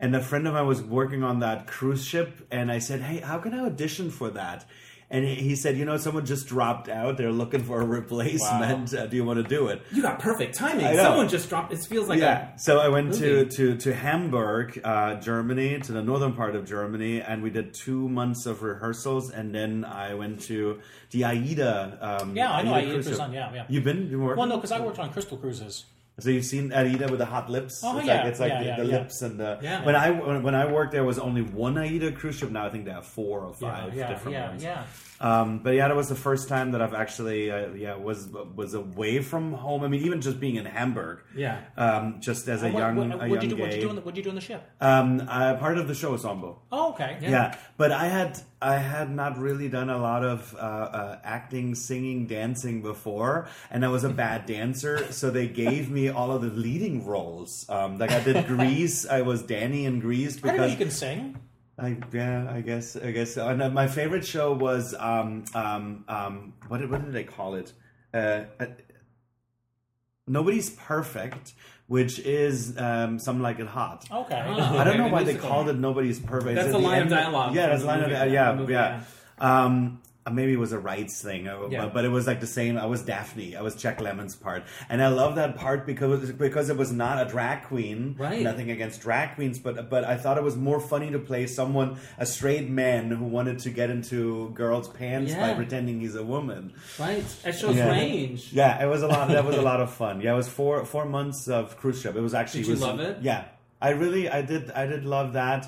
D: and a friend of mine was working on that cruise ship, and I said, "Hey, how can I audition for that?" And he- he said, "You know, someone just dropped out. They're looking for a replacement. Uh, do you want to do it?"
B: You got perfect timing.
D: know.
B: Someone just dropped. It feels like a
D: yeah. So I went to,
B: Moving.
D: to, to Hamburg, uh, Germany, to the northern part of Germany, and we did two months of rehearsals, and then I went to the AIDA. Um,
E: Yeah, I know AIDA
D: cruise
E: cruise
D: ship.
E: on- yeah, yeah.
D: You've been? You were,
E: Well, no, because I worked on Crystal Cruises.
D: So you've seen AIDA with the hot lips?
E: Oh,
D: it's
E: yeah,
D: like, it's like
E: yeah,
D: the,
E: yeah,
D: the
E: yeah.
D: lips and the.
E: Yeah.
D: When I when, when I worked there was only one AIDA cruise ship. Now I think there are four or five
E: yeah,
D: different
E: yeah,
D: ones.
E: yeah.
D: Um, but yeah, that was the first time that I've actually uh, yeah was was away from home. I mean, even just being in Hamburg.
B: Yeah.
D: Um, just as a
E: What-
D: young,
E: what-
D: a
E: what'd you
D: young
E: do- what'd you
D: gay.
E: do on the- What'd you do on the ship?
D: Um, uh, part of the show is Ombo.
E: Oh, okay.
D: Yeah. but I had I had not really done a lot of uh, uh, acting, singing, dancing before, and I was a
E: *laughs*
D: bad dancer. So they gave me all of the
E: *laughs*
D: leading roles. Um, like I did Grease. I was Danny in Grease
E: I didn't know
D: because
E: you can sing.
D: I yeah, I guess I guess. so. And uh, my favorite show was um um um what did, what did they call it? Uh, uh, Nobody's perfect, which is um some like it hot.
E: Okay.
B: Ah.
D: I don't
B: Okay,
D: know
B: the
D: why they
B: musical.
D: called it Nobody's Perfect.
B: That's
D: Is it
B: a
D: the
B: line of
D: end-
B: dialogue
D: Yeah,
B: from
D: that's a
B: the
D: line of
B: movie,
D: dialogue.
B: the
D: Yeah,
B: movie,
D: yeah. Um, uh, maybe it was a rights thing, uh, but, but it was like the same. I was Daphne. I was Jack Lemon's part, and I love that part because because it was not a drag queen.
B: Right.
D: Nothing against drag queens, but but I thought it was more funny to play someone a straight man who wanted to get into girls' pants by
B: Yeah.
D: pretending he's a woman.
B: Right. It shows
D: Yeah.
B: range.
D: Yeah, it was a lot. That was a lot of fun. Yeah, it was four four months of cruise ship. It was actually.
B: Did you
D: was-
B: love it?
D: Yeah, I really, I did, I did love that.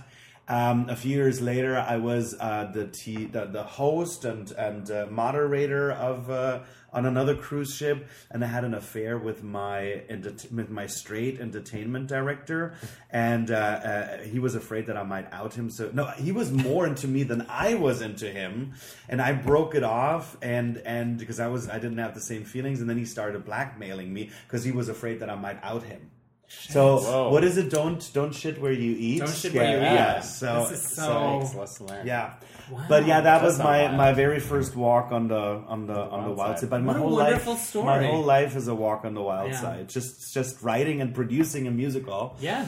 D: Um, a few years later, I was uh, the, t- the the host and and uh, moderator of uh, on another cruise ship, and I had an affair with my enter- with my straight entertainment director, and uh, uh, he was afraid that I might out him. So no, he was more into me than I was into him, and I broke it off, and and because I was I didn't have the same feelings, and then he started blackmailing me because he was afraid that I might out him. So
C: Whoa.
D: what is it? Don't don't shit where you eat.
B: Don't shit where you
D: yeah,
B: eat.
D: Yeah. So,
B: This is
D: so-
B: so-
C: Thanks, lesson learned.
D: Oh. yeah. But yeah, that was
C: That's
D: my,
C: not wild.
D: my very first walk on the on the on the wild side. But my
B: What a
D: whole
B: wonderful
D: life,
B: story.
D: my whole life is a walk on the wild
B: Yeah.
D: side. Just just writing and producing a musical.
B: Yeah,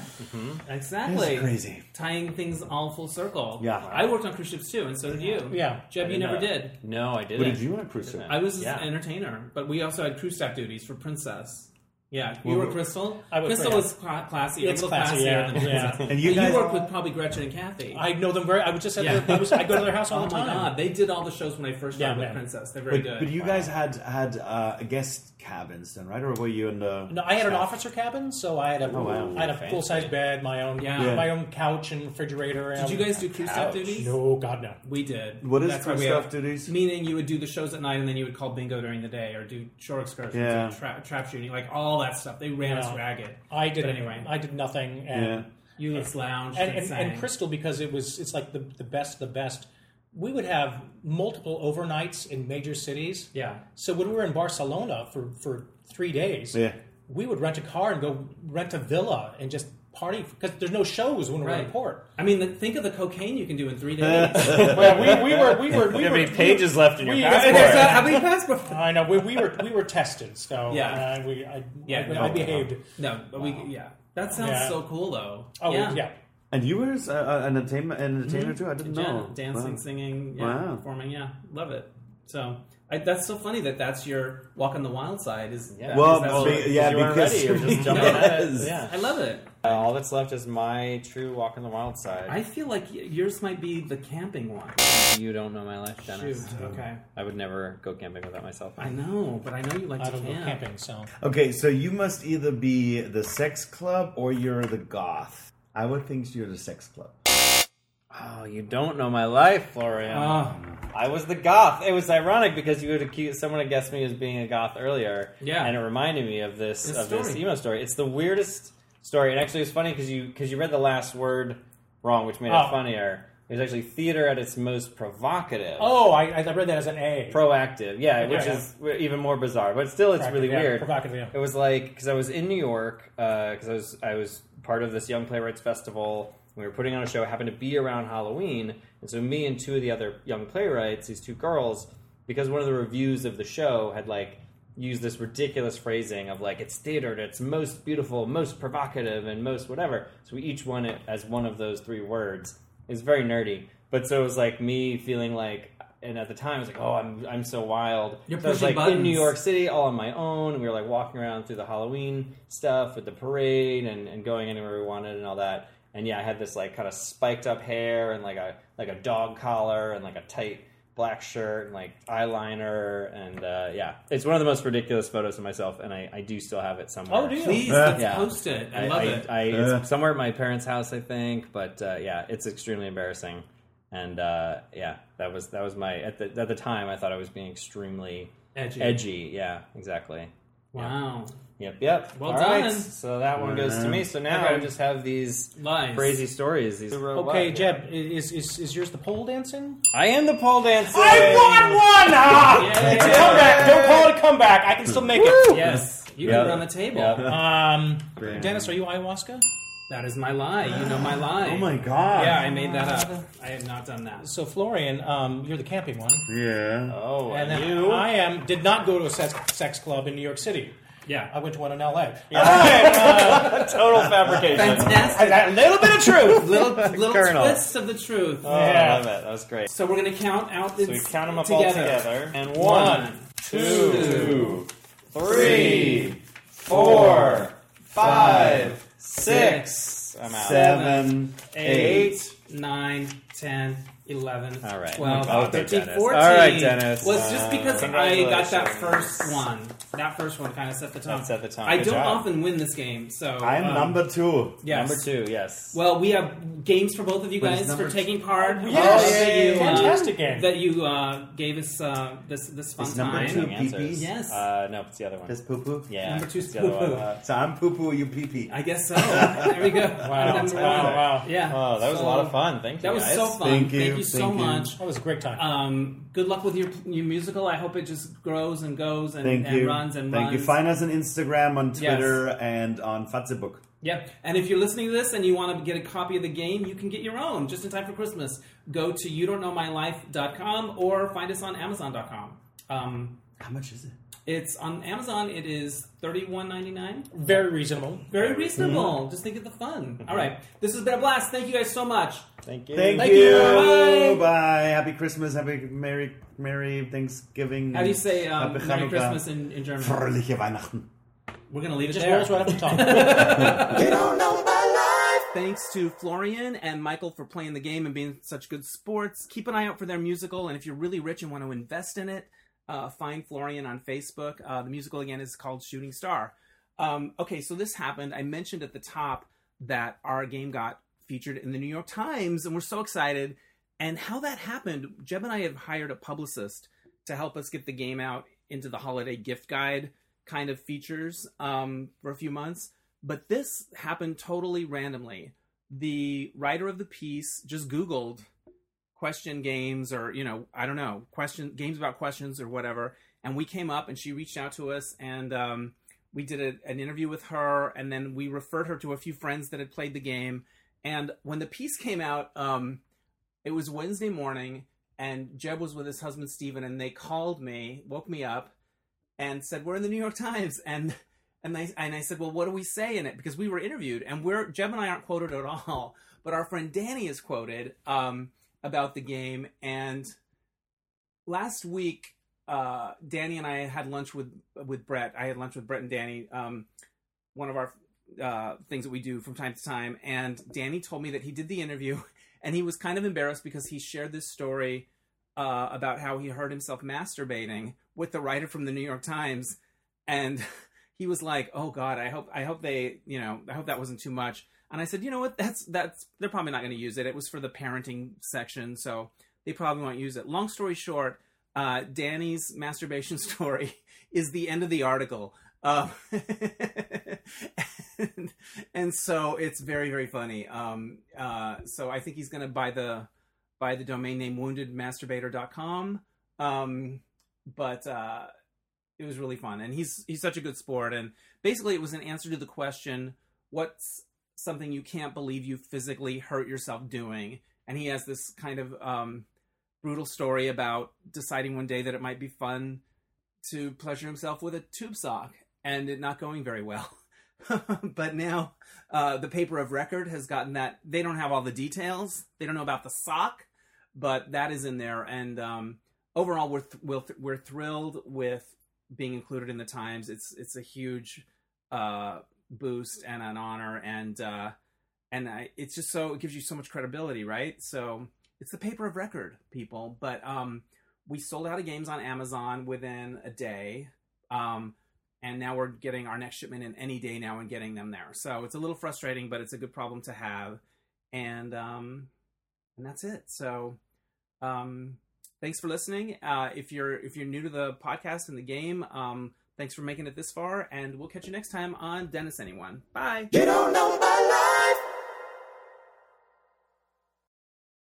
B: exactly.
D: It's crazy.
B: Tying things all full circle.
D: Yeah.
B: I worked on cruise ships too, and so did you.
E: Yeah.
B: Jeb, you
C: didn't
B: never
C: know that.
B: did.
C: No, I didn't.
D: What did you want to cruise ship?
B: I was
C: Yeah.
B: an entertainer, but we also had crew staff duties for Princess. Yeah, you
D: Well,
B: were Crystal.
E: I was
B: Crystal
E: Princess.
B: was cla- classy.
E: It's
B: a little
E: classy,
B: classier
E: yeah,
B: than
E: yeah.
B: Princess.
D: And you
B: But
D: guys-
B: worked with probably Gretchen and Kathy.
E: *laughs* I know them very. I was just at
B: Yeah.
E: their, I, was, I go to their house all
D: *laughs*
B: oh
E: the
B: my
E: time.
B: god, they did all the shows when I first
E: Yeah,
B: started with
E: man.
B: Princess. They're very
D: But,
B: good.
D: but you guys had had uh, guest cabins then, right? Or were you in the?
E: No, I had an officer cabin, so I had a I
D: Oh, wow.
E: had a full size bed, my own
B: Yeah.
D: Yeah.
E: my own couch and refrigerator.
B: did you guys do crew staff
C: Ouch.
B: duties?
E: No, God no.
B: We did.
D: What is
B: That's
D: crew
B: why we
D: staff
B: have-
D: duties?
B: Meaning you would do the shows at night and then you would call bingo during the day or do shore excursions,
D: Yeah.
B: and tra- trap shooting, like all that stuff. They ran us
E: Yeah.
B: ragged.
E: I did
B: But anyway.
E: I did nothing. And,
D: Yeah.
B: Euless Lounge
E: and, and, and
B: sang.
E: Crystal because it was it's like the the best of the best. We would have multiple overnights in major cities.
B: Yeah.
E: So when we were in Barcelona for for three days,
D: Yeah.
E: we would rent a car and go rent a villa and just party because there's no shows when we're in
B: Right.
E: port.
B: I mean, the, think of the cocaine you can do in
D: *laughs*
B: three days.
E: well, we, we were we were
C: Do
E: we
C: you have
E: were
C: any pages left in your
E: we- *laughs*
C: passport?
E: That's not
B: how many passports?
E: I know we, we were we were tested, so
B: Yeah.
E: uh, we I,
B: Yeah,
E: I, I
B: no.
E: behaved.
B: No, but we yeah. That sounds
E: Yeah.
B: so cool though.
E: Oh yeah. yeah.
D: And you were uh, uh, an entertainment entertainer too. I didn't
B: Mm-hmm. Yeah,
D: know.
B: dancing,
D: Wow.
B: singing, yeah,
D: Wow.
B: performing, yeah, love it. So I, that's so funny that that's your walk on the wild side. Is
C: Yeah.
D: Well,
B: That's
D: be-
B: what- *laughs*
D: yeah,
C: you weren't
D: because
C: ready, you're
D: *laughs*
C: just jumping at it.
D: Yes.
C: Yeah.
B: I love it.
C: Uh, all that's left is my true walk on the wild side.
B: I feel like y- yours might be the camping one.
C: you don't know my life, Dennis.
B: Shoot, okay,
C: I would never go camping without myself.
B: I know, but I know you like
E: I
B: to
E: don't
B: camp.
E: go camping, so
D: Okay, so you must either be the sex club or you're the goth. I would think you're the sex club.
C: Oh, you don't know my life, Florian.
B: Oh,
C: I was the goth. It was ironic because you would accuse someone had guessed me as being a goth earlier.
B: Yeah.
C: and it reminded me of this
B: This
C: of this
B: story.
C: emo story. It's the weirdest story, and actually, it's funny because you because you read the last word wrong, which made
E: Oh.
C: it funnier. It was actually theater at its most provocative.
E: Oh, I, I read that as an A.
C: proactive, yeah,
E: Yeah,
C: which
E: yeah.
C: is w- even more bizarre. But still, it's really
E: Yeah,
C: weird.
E: Provocative. yeah.
C: It was like because I was in New York because I was I was part of this Young Playwrights Festival. We were putting on a show. It happened to be around Halloween, and so me and two of the other young playwrights, these two girls, because one of the reviews of the show had like used this ridiculous phrasing of like it's theater at its most beautiful, most provocative, and most whatever. So we each won it as one of those three words. It's very nerdy, but so it was like me feeling like, and at the time I was like, oh, I'm I'm so wild.
B: You're
C: So I was,
B: pushing
C: like in New
B: buttons.
C: York City all on my own. and We were like walking around through the Halloween stuff with the parade and, and going anywhere we wanted and all that. And yeah, I had this like kind of spiked up hair and like a like a dog collar and like a tight black shirt and like eyeliner and uh, yeah, it's one of the most ridiculous photos of myself, and I, I do still have it somewhere.
E: Oh, do you?
B: please let's
C: Yeah.
B: post it. I,
C: I
B: love
C: I,
B: it.
C: I,
D: Yeah.
C: it's somewhere at my parents' house, I think. But uh, yeah, it's extremely embarrassing. And uh, yeah, that was that was my at the at the time I thought I was being extremely
B: edgy.
C: edgy. Yeah, exactly.
B: Wow.
C: Yep, yep.
B: Well
C: All right,
B: done.
C: So that one goes to me. So now
B: Okay.
C: I just have these
B: Lies.
C: crazy stories. These
E: Okay, Jeb, i- is, is is yours the pole
C: *laughs*
E: dancing?
C: I am the pole dancer.
E: one! Ah!
B: Yeah.
E: It's a comeback. Don't call it a comeback. I can still make it.
B: Yes, you
C: Yeah.
B: can run the table.
C: Yeah.
E: Um,
D: Great.
E: Dennis, are you ayahuasca?
G: Oh, That is my lie. You know
C: *gasps*
G: my lie.
D: Oh my god.
G: Yeah, I made that up. I have not done that.
E: So Florian, um, you're the camping one,
D: Yeah.
C: Oh,
E: and
C: and,
E: then
C: you.
E: I am did not go to a sex, sex club in New York City. I
G: Yeah.
E: went to one in L.A.
C: *laughs*
E: *laughs*
C: Total *laughs* fabrication.
G: Fantastic.
C: *laughs*
E: A little bit of truth.
G: *laughs* Little little
C: Colonel.
G: twists of the truth.
C: Oh, I love it. That was great.
G: So we're gonna count out.
C: So we count them up all together.
G: And
C: one,
G: one,
C: two, three, four, five, six. I'm out.
D: Seven, eight.
G: eight, nine, ten, eleven,
C: All right.
G: twelve,
C: Oh, okay,
G: 13,
C: Dennis.
G: 14.
C: All right, Dennis.
G: Was just because I got that
C: congratulations.
G: first one. That first one kind of set the tone.
C: That set the tone.
G: I
C: Good
G: don't
C: job.
G: often win this game, so
D: I'm
G: um,
D: number two.
G: yes.
C: Number two, yes.
G: Well, we have games for both of you
D: What is
G: guys
D: number
G: for
D: two?
G: taking
C: Oh,
G: part.
E: Yes.
G: That you, uh,
E: Fantastic game.
G: that you uh, gave us uh, this this fun
D: Is number
G: time.
D: two
C: Wrong answers.
D: pee-pee?
G: Yes.
C: Uh, no, it's the other one.
D: That's poo poo.
C: Yeah.
G: Number two's
C: it's the other one.
G: poo-poo. *laughs*
C: Uh,
D: So I'm poo poo, you pee pee.
G: I
C: *laughs*
G: guess so. There we go.
E: Wow! Wow!
G: Number one.
E: Wow!
G: Yeah.
C: Oh, that was a
G: So-
C: lot of fun. Thank you.
G: That was
C: guys.
G: so fun.
D: Thank
G: Thank
D: you.
G: you, so
D: Thank you.
G: much.
E: That was a great
C: Uh,
E: time.
G: Um, good luck with your your musical. I hope it just grows and goes and,
D: Thank
G: and
D: you.
G: runs and
D: Thank
G: runs.
D: you. Find us on Instagram, on
G: Yes.
D: Twitter, and on Facebook.
G: Yep. And if you're listening to this and you want to get a copy of the game, you can get your own just in time for Christmas. Go to you don't know my life.com or find us on amazon.com. Um,
D: How much is it?
G: it's on Amazon. It is thirty one ninety nine.
E: Very reasonable.
G: Very reasonable. Just think of the fun. All right. This has been a blast. Thank you guys so much.
C: Thank you.
D: Thank,
G: Thank
D: you.
G: you.
D: Bye. Happy Christmas. Happy Merry Merry Thanksgiving.
G: How do you say um,
D: Happy
G: Merry
D: Hanukkah.
G: Christmas in, in German?
D: Fröhliche Weihnachten.
G: We're going to leave it
E: Just
G: there.
E: rolls right off the tongue.
C: *laughs*
A: You
D: Genau,
A: don't know my life.
B: Thanks to Florian and Michael for playing the game and being such good sports. Keep an eye out for their musical, and if you're really rich and want to invest in it, uh, find Florian on Facebook. Uh, the musical again is called Shooting Star. Um, okay, so this happened. I mentioned at the top that our game got featured in the New York Times, and we're so excited. And how that happened, Jeb and I have hired a publicist to help us get the game out into the holiday gift guide kind of features um, for a few months. But this happened totally randomly. The writer of the piece just Googled question games or, you know, I don't know, question games about questions or whatever. And we came up and she reached out to us and um, we did a, an interview with her. And then we referred her to a few friends that had played the game. And when the piece came out, um, it was Wednesday morning and Jeb was with his husband Steven and they called me, woke me up and said, "We're in the New York Times." And and I and I said, "Well, what do we say in it?" Because we were interviewed, and we're Jeb and I aren't quoted at all, *laughs* but our friend Danny is quoted um, about the game. And last week, uh, Danny and I had lunch with with Brett. I had lunch with Brett and Danny, um, one of our uh, things that we do from time to time. And Danny told me that he did the interview, *laughs* and he was kind of embarrassed because he shared this story uh, about how he heard himself masturbating with the writer from the New York Times, and he was like, "Oh God, I hope I hope they you know I hope that wasn't too much." And I said, "You know what? That's that's they're probably not going to use it. It was for the parenting section, so they probably won't use it." Long story short, uh, Danny's *laughs* masturbation story is the end of the article. Um, *laughs* and, and so it's very very funny. Um, uh, so I think he's going to buy the buy the domain name woundedmasturbator.com. Um, but uh, it was really fun, and he's he's such a good sport. And basically, it was an answer to the question, "What's something you can't believe you physically hurt yourself doing?" And he has this kind of um, brutal story about deciding one day that it might be fun to pleasure himself with a tube sock, and it not going very well. *laughs* but now uh, the paper of record has gotten that they don't have all the details. They don't know about the sock, but that is in there. And um, overall, we're th- we're, th- we're thrilled with being included in the Times. It's it's a huge uh, boost and an honor, and uh, and I, it's just so it gives you so much credibility, right? So it's the paper of record, people. But um, we sold out of games on Amazon within a day. Um, and now we're getting our next shipment in any day now and getting them there. So it's a little frustrating, but it's a good problem to have. And um, and that's it. So um, thanks for listening. Uh, if you're if you're new to the podcast and the game, um, thanks for making it this far. And we'll catch you next time on Dennis Anyone. Bye.
A: You don't know my life.